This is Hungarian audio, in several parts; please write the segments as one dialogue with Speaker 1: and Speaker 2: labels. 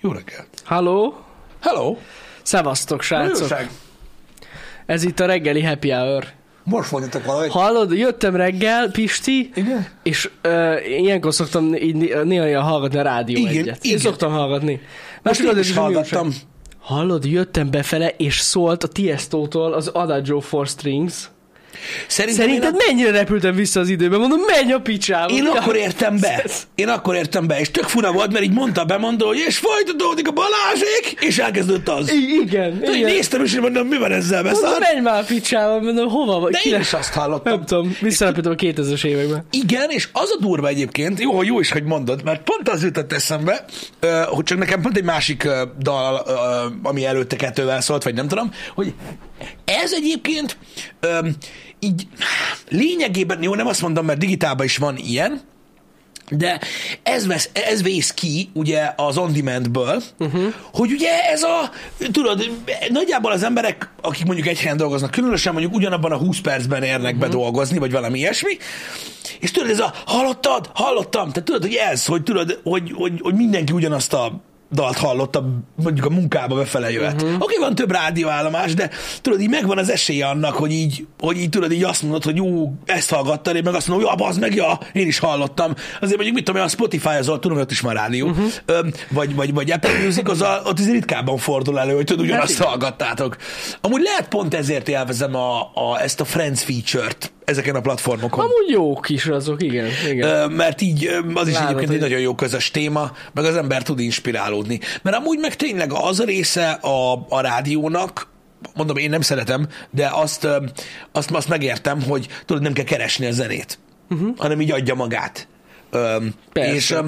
Speaker 1: Jó reggelt!
Speaker 2: Halló!
Speaker 1: Hello!
Speaker 2: Szevasztok, srácok!
Speaker 1: Újság!
Speaker 2: Ez itt a reggeli happy hour.
Speaker 1: Most mondjátok valamit.
Speaker 2: Hallod, jöttem reggel, Pisti,
Speaker 1: Igen?
Speaker 2: és ö, ilyenkor szoktam így né- néha néha hallgatni a rádió
Speaker 1: Igen,
Speaker 2: egyet. Én
Speaker 1: igen.
Speaker 2: szoktam hallgatni.
Speaker 1: Most én is
Speaker 2: milyen
Speaker 1: hallgattam.
Speaker 2: újság. Hallod, jöttem befele, és szólt a Tiesto-tól az Adagio for Strings.
Speaker 1: Szerintem,
Speaker 2: Szerinted
Speaker 1: én,
Speaker 2: mennyire repültem vissza az időben? Mondom, menj a picsába!
Speaker 1: én
Speaker 2: Ja.
Speaker 1: akkor értem be.
Speaker 2: Ez-
Speaker 1: Én akkor értem be, és tök fura volt, mert így mondta a bemondó, hogy és folytatódik a Balázsék, és elkezdődött az.
Speaker 2: I- Igen,
Speaker 1: Tudod, így
Speaker 2: igen.
Speaker 1: néztem, és így mondom, mi van ezzel
Speaker 2: Mondom,
Speaker 1: beszart?
Speaker 2: menj már a picsába, mondom, hova vagy?
Speaker 1: De én
Speaker 2: Kinek-
Speaker 1: is azt
Speaker 2: Nem
Speaker 1: hallottam.
Speaker 2: tudom, visszarepültem a 2000-es években.
Speaker 1: Igen, és az a durva egyébként, jó, hogy jó is, hogy mondod, mert pont az jutott eszembe, ö, hogy csak nekem pont egy másik ö, dal, ö, ami előtte kettővel szólt, vagy nem tudom, hogy ez egyébként ö, így lényegében, jó, nem azt mondom, mert digitálban is van ilyen, de ez, vesz, ez vész ki ugye az on demandből, uh-huh. hogy ugye ez a, tudod, nagyjából az emberek, akik mondjuk egy helyen dolgoznak, különösen mondjuk ugyanabban a 20 percben érnek uh-huh. be dolgozni, vagy valami ilyesmi, és tudod, ez a hallottad, hallottam, tehát tudod, hogy ez, hogy tudod, hogy, hogy, hogy mindenki ugyanazt a dalt hallotta, mondjuk a munkába befele jöhet.
Speaker 2: Mhm.
Speaker 1: Uh-huh. Oké, van több rádióállomás, de tudod, így megvan az esélye annak, hogy így, hogy így tudod, így azt mondod, hogy jó, ezt hallgattad, én meg azt mondom, ja, az meg, ja, én is hallottam. Azért mondjuk, mit tudom én, a Spotify az ott, tudom, hogy ott is van rádió,
Speaker 2: Mhm.
Speaker 1: uh-huh. Öm, vagy, vagy, vagy Apple Music, az a, ott azért ritkábban fordul elő, hogy tudod, ugyanazt
Speaker 2: Hát igen.
Speaker 1: hallgattátok. Amúgy lehet pont ezért élvezem a, a, ezt a Friends feature-t ezeken a platformokon.
Speaker 2: Amúgy jók is azok, igen. igen.
Speaker 1: Ö, mert így ö, az is
Speaker 2: Látod,
Speaker 1: egyébként egy
Speaker 2: hogy-
Speaker 1: nagyon jó közös téma, meg az ember tud inspirálódni. Mert amúgy meg tényleg az a része a, a rádiónak, mondom, én nem szeretem, de azt, ö, azt, azt megértem, hogy tudod, nem kell keresni a zenét, uh-huh. hanem így adja magát. Ö,
Speaker 2: Mhm. Persze.
Speaker 1: és ö,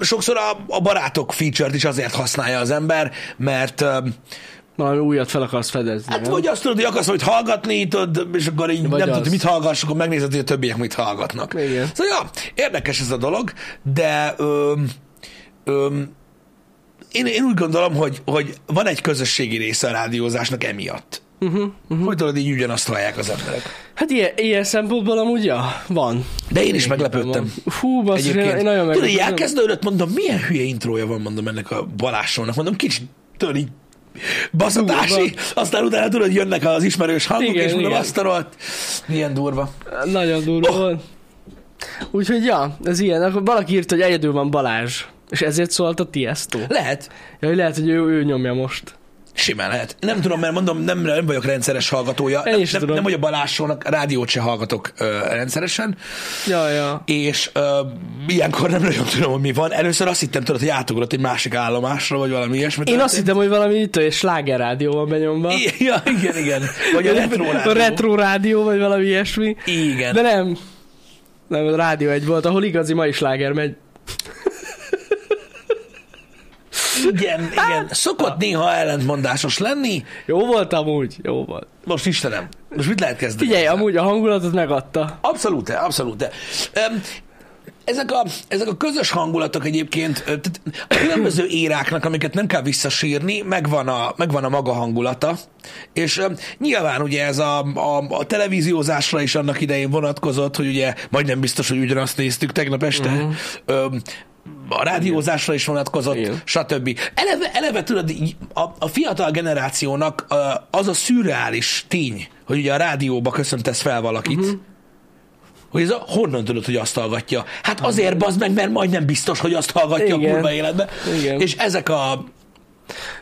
Speaker 1: sokszor a, a barátok feature-t is azért használja az ember, mert ö,
Speaker 2: Valami újat fel akarsz fedezni.
Speaker 1: hát
Speaker 2: nem?
Speaker 1: vagy azt tudod, hogy akarsz, hogy hallgatni, tudod, és akkor így
Speaker 2: Vagy
Speaker 1: nem
Speaker 2: az.
Speaker 1: tudod, mit hallgass, akkor megnézed, hogy a többiek mit hallgatnak.
Speaker 2: Igen.
Speaker 1: Szóval, ja, érdekes ez a dolog, de öm, öm, én, én úgy gondolom, hogy, hogy van egy közösségi része a rádiózásnak emiatt.
Speaker 2: Mhm,
Speaker 1: Uh-huh, uh-huh. Hogy tudod, így ugyanazt hallják az emberek.
Speaker 2: Hát ilyen, ilyen szempontból amúgy, ja, van.
Speaker 1: De én is meglepődtem.
Speaker 2: Van. Hú, basszus, én, én nagyon
Speaker 1: Tudod, így
Speaker 2: meglepődtem.
Speaker 1: elkezdődött, mondom, milyen hülye intrója van, mondom, ennek a Balázsónak. Mondom, kicsit, tudod, így baszatási,
Speaker 2: Durva.
Speaker 1: aztán utána tudod, jönnek az ismerős hangok,
Speaker 2: Igen,
Speaker 1: és mondom,
Speaker 2: igen.
Speaker 1: azt a rohadt. Milyen durva.
Speaker 2: Nagyon durva
Speaker 1: Oh.
Speaker 2: oh. volt. Úgyhogy, ja, ez ilyen. Akkor valaki írt, hogy egyedül van Balázs. És ezért szólt a Tiesto.
Speaker 1: Lehet.
Speaker 2: Ja, hogy lehet, hogy ő, ő nyomja most.
Speaker 1: Simán lehet. Nem tudom, mert mondom, nem, nem vagyok rendszeres hallgatója.
Speaker 2: Én
Speaker 1: nem,
Speaker 2: is
Speaker 1: nem,
Speaker 2: tudom.
Speaker 1: nem vagyok Balázsónak, rádiót se hallgatok ö, rendszeresen,
Speaker 2: Ja, ja.
Speaker 1: és ö, ilyenkor nem nagyon tudom, hogy mi van. Először azt hittem, tudod, hogy átugrott egy másik állomásra, vagy valami ilyesmi.
Speaker 2: Én azt
Speaker 1: történt.
Speaker 2: hittem, hogy valami itt és slágerrádió van benyomva.
Speaker 1: Ja, igen, igen. Vagy a retro rádió.
Speaker 2: A retro rádió, vagy valami ilyesmi.
Speaker 1: Igen.
Speaker 2: De nem. Nem, a rádió egy volt, ahol igazi mai sláger megy.
Speaker 1: Igen, igen. Szokott néha ellentmondásos lenni.
Speaker 2: Jó volt amúgy? Jó volt.
Speaker 1: Most Istenem, most mit lehet kezdeni?
Speaker 2: Figyelj,
Speaker 1: ezzel?
Speaker 2: amúgy a hangulatot megadta.
Speaker 1: Abszolút, abszolút. De. Öm, Ezek a, ezek a közös hangulatok egyébként, ö, tehát a különböző éráknak, amiket nem kell visszasírni, megvan a, megvan a maga hangulata, és öm, nyilván ugye ez a, a, a televíziózásra is annak idején vonatkozott, hogy ugye majdnem biztos, hogy ugyanazt néztük tegnap este, uh-huh. öm, a rádiózásra is vonatkozott,
Speaker 2: Igen.
Speaker 1: stb. Eleve, eleve tudod, így a, a fiatal generációnak ö, az a szürreális tény, hogy ugye a rádióba köszöntesz fel valakit, uh-huh. Hogy ez a, honnan tudod, hogy azt hallgatja? Hát azért bazd meg, mert majdnem biztos, hogy azt hallgatja a
Speaker 2: Igen.
Speaker 1: kurva életben.
Speaker 2: Igen.
Speaker 1: És ezek a...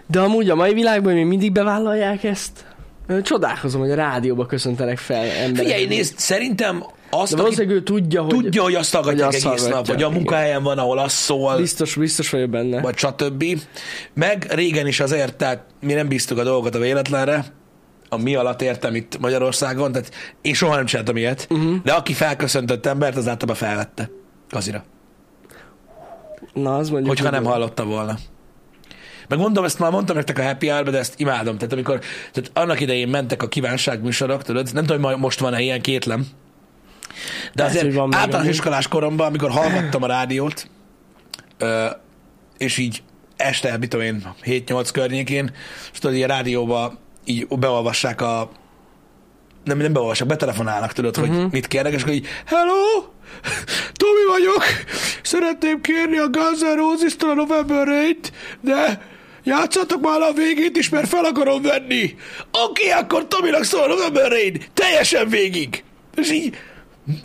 Speaker 2: De amúgy a mai világban még mindig bevállalják ezt? Ö, Csodálkozom, hogy a rádióba köszöntenek fel emberek.
Speaker 1: Figyelj, nézd, szerintem azt,
Speaker 2: De
Speaker 1: aki
Speaker 2: valószínűleg ő tudja, hogy
Speaker 1: tudja, hogy azt hallgatják
Speaker 2: azt
Speaker 1: egész nap,
Speaker 2: hallgatják,
Speaker 1: vagy a
Speaker 2: igen.
Speaker 1: munkahelyen van, ahol az szól,
Speaker 2: biztos, biztos vagyok benne.
Speaker 1: vagy stb. Meg régen is azért, tehát mi nem bíztuk a dolgot a véletlenre, a mi alatt értem itt Magyarországon, tehát én soha nem csináltam ilyet,
Speaker 2: Mhm.
Speaker 1: uh-huh. de aki felköszöntött embert, az általában felvette kazira.
Speaker 2: Na, az mondjuk.
Speaker 1: Hogyha
Speaker 2: hogy-
Speaker 1: nem hallotta volna. Meg mondom, ezt már mondtam nektek a Happy hour de ezt imádom. Tehát amikor, tehát annak idején mentek a kívánság műsorok, tudod, nem tudom, hogy ma- most van-e ilyen, kétlem. De
Speaker 2: Lehet,
Speaker 1: azért
Speaker 2: hogy van még
Speaker 1: általános
Speaker 2: amúgy.
Speaker 1: iskolás koromban, amikor hallgattam a rádiót, ö, és így este, mit tudom én, 7-8 környékén, és tudod, így a rádióba így beolvassák a
Speaker 2: Mhm.
Speaker 1: nem, nem beolvasok, betelefonálnak, tudod, uh-huh. hogy mit kérnek, és akkor így, hello, Tomi vagyok, szeretném kérni a Guns N' Roses-től a November 8 de játszatok már a végét is, mert fel akarom venni. Oké, okay, akkor Tominak szól a November 8 teljesen végig. És így,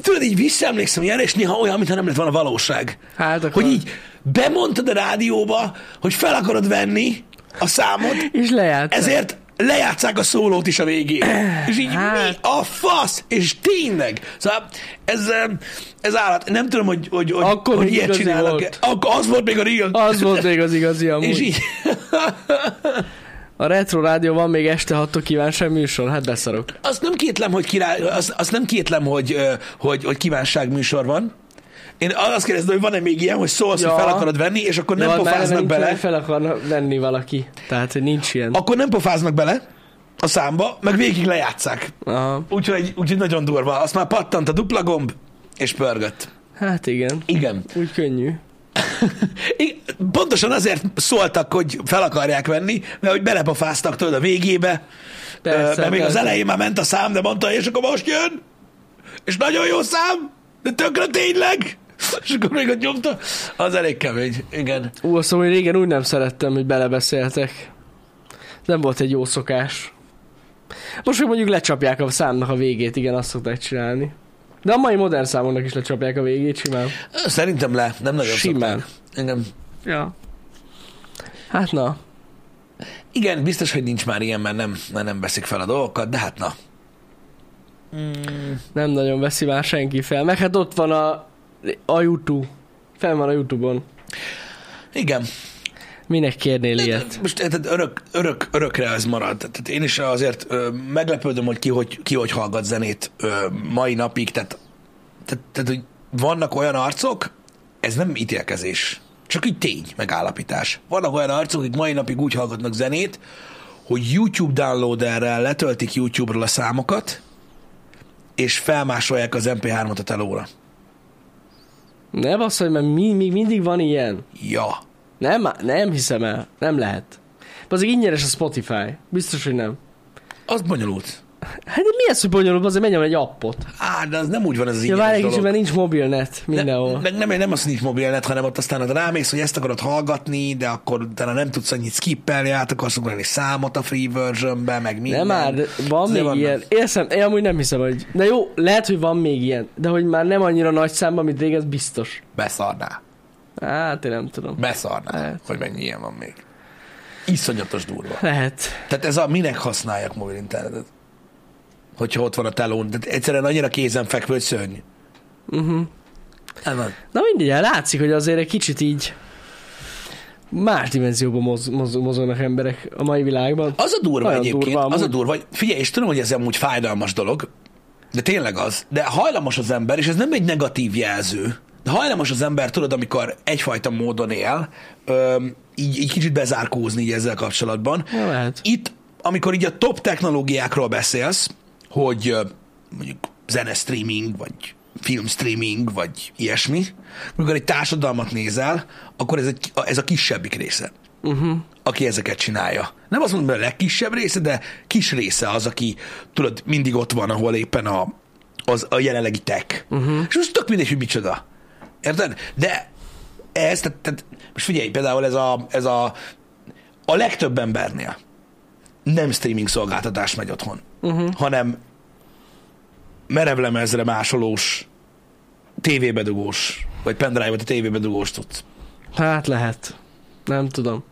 Speaker 1: tudod, így visszaemlékszem ilyenre, és néha olyan, mintha nem lett volna valóság.
Speaker 2: Hát akkor-
Speaker 1: Hogy így bemondtad a rádióba, hogy fel akarod venni a számot,
Speaker 2: És lejárt.
Speaker 1: ezért lejátszák a szólót is a végén. És így mi
Speaker 2: Hát.
Speaker 1: a fasz? És tényleg. Szóval ez, em, ez állat. Nem tudom, hogy, hogy, hogy,
Speaker 2: Akkor
Speaker 1: hogy
Speaker 2: még
Speaker 1: ilyet
Speaker 2: igazi
Speaker 1: csinálnak.
Speaker 2: volt.
Speaker 1: Akkor az volt még a real.
Speaker 2: Az volt még az igazi amúgy.
Speaker 1: És így,
Speaker 2: A Retro Rádió van még este 6 kívánság műsor, hát beszarok.
Speaker 1: azt nem kétlem, hogy király, azt, azt nem kétlem, hogy, ö, hogy, hogy kívánság műsor van. Én azt kérdezem, hogy van-e még ilyen, hogy szólsz,
Speaker 2: Ja.
Speaker 1: hogy fel akarod venni, és akkor nem
Speaker 2: De
Speaker 1: pofáznak
Speaker 2: nincs,
Speaker 1: bele.
Speaker 2: hogy Fel akarna venni valaki. Tehát, hogy nincs ilyen.
Speaker 1: Akkor nem pofáznak bele a számba, meg végig lejátszák.
Speaker 2: Aha.
Speaker 1: Úgyhogy, úgyhogy nagyon durva. Azt már pattant a dupla gomb, és pörgött.
Speaker 2: Hát igen.
Speaker 1: Igen.
Speaker 2: Úgy könnyű.
Speaker 1: Igen, Pontosan azért szóltak, hogy fel akarják venni, mert hogy belepafáztak tőled a végébe,
Speaker 2: Persze,
Speaker 1: Persze, mert még az
Speaker 2: persze.
Speaker 1: elején már ment a szám, de mondta, és akkor most jön, és nagyon jó szám, de tökre tényleg, és akkor még ott nyomta, az elég kemény, igen.
Speaker 2: Ú, azt mondom, hogy régen úgy nem szerettem, hogy belebeszéltek. Nem volt egy jó szokás. Most, hogy mondjuk lecsapják a számnak a végét, igen, azt szokták csinálni. De a mai modern számoknak is lecsapják a végét, simán.
Speaker 1: Szerintem le, nem nagyon
Speaker 2: Simán.
Speaker 1: szokták. Igen.
Speaker 2: Ja. Hát na,
Speaker 1: igen, biztos, hogy nincs már ilyen, mert nem, mert nem veszik fel a dolgokat, de hát na.
Speaker 2: nem nagyon veszi már senki fel. Meg hát ott van a, a YouTube. Fel van a YouTube-on.
Speaker 1: Igen. Hát
Speaker 2: Minek kérnél ilyet?
Speaker 1: Most tehát örök, örök, örökre ez marad. Tehát én is azért ö, meglepődöm, hogy ki hogy, ki hogy hallgat zenét ö, mai napig. Tehát, tehát, tehát, hogy vannak olyan arcok, ez nem ítélkezés. Csak így tény, megállapítás. Vannak olyan arcok, akik mai napig úgy hallgatnak zenét, hogy YouTube downloaderrel letöltik YouTube-ról a számokat, és felmásolják az MP3-ot a telóra.
Speaker 2: Ne bassz, hogy mert mi, mi, mindig van ilyen.
Speaker 1: Ja.
Speaker 2: Nem, nem hiszem el. Nem lehet. Az ingyenes a Spotify. Biztos, hogy nem.
Speaker 1: Az bonyolult.
Speaker 2: Hát de mi ez, hogy bonyolult, azért menjem egy appot.
Speaker 1: Á, de az nem úgy van ez az
Speaker 2: Ja,
Speaker 1: ingyenes
Speaker 2: várj egy
Speaker 1: dolog.
Speaker 2: kicsit, mert nincs mobilnet mindenhol.
Speaker 1: Meg nem, nem az, hogy nincs mobilnet, hanem ott aztán ott rámész, hogy ezt akarod hallgatni, de akkor utána nem tudsz annyit skippelni, át akarsz ugrani számot a free versionbe, meg minden. Szóval
Speaker 2: Nem már, de van
Speaker 1: Azért
Speaker 2: még ilyen. Érzem, én amúgy nem hiszem, hogy... De jó, lehet, hogy van még ilyen, de hogy már nem annyira nagy számban, mint régen, az biztos.
Speaker 1: Beszarná.
Speaker 2: Hát, én nem tudom.
Speaker 1: Beszarná,
Speaker 2: Lehet.
Speaker 1: hogy mennyi ilyen van még. Iszonyatos durva.
Speaker 2: Lehet.
Speaker 1: Tehát ez a minek használjak mobil internetet? Hogyha ott van a telón. Tehát egyszerűen annyira kézenfekvő szörny. Uh-huh.
Speaker 2: Mhm.
Speaker 1: Nem van.
Speaker 2: Na mindegy, hát látszik, hogy azért egy kicsit így más dimenzióban moz, moz, mozognak emberek a mai világban.
Speaker 1: Az a durva
Speaker 2: Nagyon
Speaker 1: egyébként,
Speaker 2: durva
Speaker 1: az a
Speaker 2: amúgy.
Speaker 1: durva, hogy figyelj, és tudom, hogy ez amúgy fájdalmas dolog, de tényleg az, de hajlamos az ember, és ez nem egy negatív jelző, de hajlamos az ember, tudod, amikor egyfajta módon él, öm, így, így kicsit bezárkózni így ezzel kapcsolatban.
Speaker 2: Ja, lehet.
Speaker 1: Itt, amikor így a top technológiákról beszélsz, hogy ö, mondjuk zenestreaming, vagy filmstreaming, vagy ilyesmi, amikor egy társadalmat nézel, akkor ez, egy, ez a kisebbik része Uh-huh. aki ezeket csinálja. Nem azt mondom, hogy a legkisebb része, de kis része az, aki tudod, mindig ott van, ahol éppen a, az, a jelenlegi tech. Uh-huh. És most tök mindegy, hogy micsoda. Érted? De ez, tehát, tehát most figyelj, például ez a, ez a, a legtöbb embernél nem streaming szolgáltatás megy otthon, uh-huh. hanem merevlemezre másolós, tévébedugós, vagy pendrive-ot a tévébedugós tudsz.
Speaker 2: Hát lehet. Nem tudom.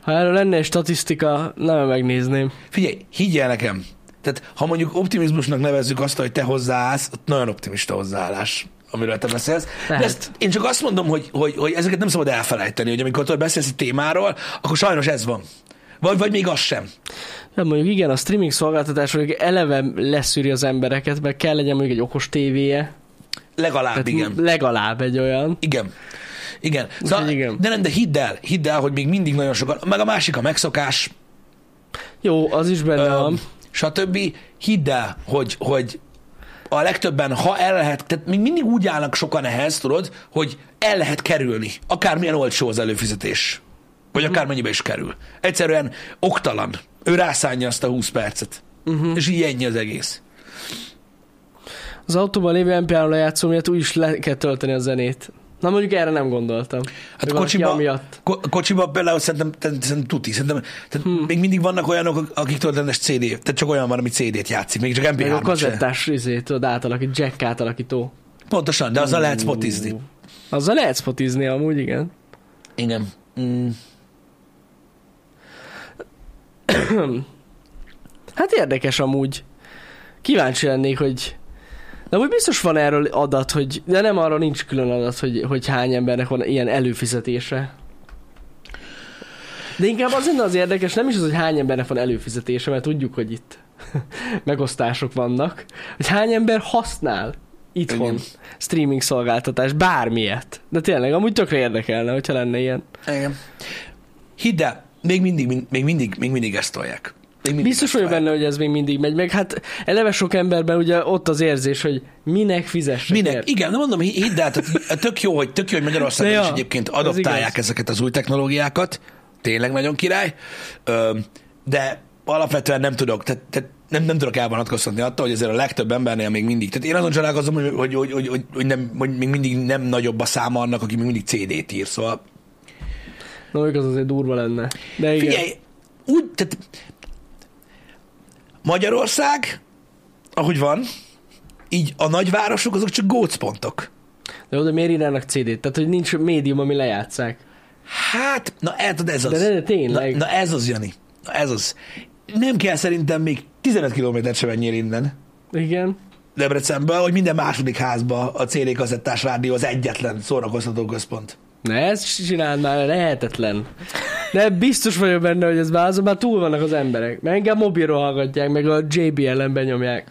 Speaker 2: Ha erről lenne egy statisztika, nem megnézném.
Speaker 1: Figyelj, higgyel nekem. Tehát, ha mondjuk optimizmusnak nevezzük azt, hogy te hozzáállsz, ott nagyon optimista hozzáállás amiről te beszélsz. De
Speaker 2: Lehet.
Speaker 1: ezt, én csak azt mondom, hogy, hogy, hogy ezeket nem szabad elfelejteni, hogy amikor tudod, beszélsz egy témáról, akkor sajnos ez van. Vagy, vagy még az sem.
Speaker 2: Nem mondjuk igen, a streaming szolgáltatás mondjuk eleve leszűri az embereket, mert kell legyen mondjuk egy okos tévéje.
Speaker 1: Legalább,
Speaker 2: Tehát
Speaker 1: Hát igen.
Speaker 2: m- legalább egy olyan.
Speaker 1: Igen. Igen. Szóval,
Speaker 2: igen.
Speaker 1: De nem, de hidd el, hidd el, hogy még mindig nagyon sokan, meg a másik a megszokás,
Speaker 2: Jó, az is benne
Speaker 1: Öm,
Speaker 2: van.
Speaker 1: stb. Hidd el, hogy, hogy a legtöbben, ha el lehet, tehát még mindig úgy állnak sokan ehhez, tudod, hogy el lehet kerülni, akármilyen olcsó az előfizetés, vagy akármennyibe is kerül. Egyszerűen oktalan. Ő rászánja azt a 20 percet. Uh-huh. És így ennyi az egész.
Speaker 2: Az autóban lévő mp 3 lejátszó miatt úgy is le kell tölteni a zenét. Na mondjuk erre nem gondoltam.
Speaker 1: Hát
Speaker 2: Hogy valaki
Speaker 1: kocsiba,
Speaker 2: amiatt.
Speaker 1: ko- kocsiba például szerintem, te- szerintem tuti, szerintem tehát hmm. még mindig vannak olyanok, akiktől rendes CD, tehát csak olyan van, ami CD-t játszik, még csak mp
Speaker 2: Meg a
Speaker 1: 3
Speaker 2: kazettás izé, tudod, átalakít, jack átalakító.
Speaker 1: Pontosan, de azzal lehet spotizni.
Speaker 2: Ú, Azzal lehet spotizni amúgy, igen.
Speaker 1: Igen. Mm.
Speaker 2: Hát érdekes amúgy. Kíváncsi lennék, hogy... De úgy biztos van erről adat, hogy... De nem arra nincs külön adat, hogy, hogy hány embernek van ilyen előfizetése. De inkább az lenne az érdekes, nem is az, hogy hány embernek van előfizetése, mert tudjuk, hogy itt megosztások vannak, hogy hány ember használ itthon
Speaker 1: Igen.
Speaker 2: streaming szolgáltatás, bármilyet. De tényleg, amúgy tökre érdekelne, hogyha lenne ilyen.
Speaker 1: Igen. Hidd el, még mindig, min- még mindig, még mindig ezt tolják. Még mindig
Speaker 2: Biztos
Speaker 1: ezt
Speaker 2: vagyok
Speaker 1: tolják.
Speaker 2: benne, hogy ez még mindig megy meg. Hát eleve sok emberben ugye ott az érzés, hogy minek fizessek.
Speaker 1: Minek?
Speaker 2: ért.
Speaker 1: Igen, de mondom, hi- hidd el, tehát tök jó, hogy, tök jó, hogy Magyarországon
Speaker 2: De
Speaker 1: ja, is
Speaker 2: ja,
Speaker 1: egyébként
Speaker 2: ez
Speaker 1: adaptálják
Speaker 2: igaz.
Speaker 1: ezeket az új technológiákat. Tényleg nagyon király. Ö, de alapvetően nem tudok, tehát, tehát nem, nem tudok elvonatkoztatni attól, hogy azért a legtöbb embernél még mindig. Tehát én azon csodálkozom, hogy, hogy, hogy, hogy, hogy, hogy, nem, hogy még mindig nem nagyobb a száma annak, aki még mindig CD-t ír. Szóval
Speaker 2: Na, mondjuk az azért durva lenne. De igen.
Speaker 1: Figyelj, úgy, tehát Magyarország, ahogy van, így a nagyvárosok azok csak gócpontok.
Speaker 2: De oda miért írnának CD-t? Tehát, hogy nincs médium, ami lejátszák.
Speaker 1: Hát, na el tudod, ez az.
Speaker 2: De- de tényleg.
Speaker 1: Na, na ez az, Jani. Na ez az. Nem kell szerintem még 15 kilométert sem menjél innen.
Speaker 2: Igen.
Speaker 1: Debrecenből, hogy minden második házba a CD kazettás rádió az egyetlen szórakoztató központ.
Speaker 2: Na, ezt is csináld már, lehetetlen. De biztos vagyok benne, hogy ez már azon már túl vannak az emberek. Mert inkább mobilról hallgatják, meg a JBL-en benyomják.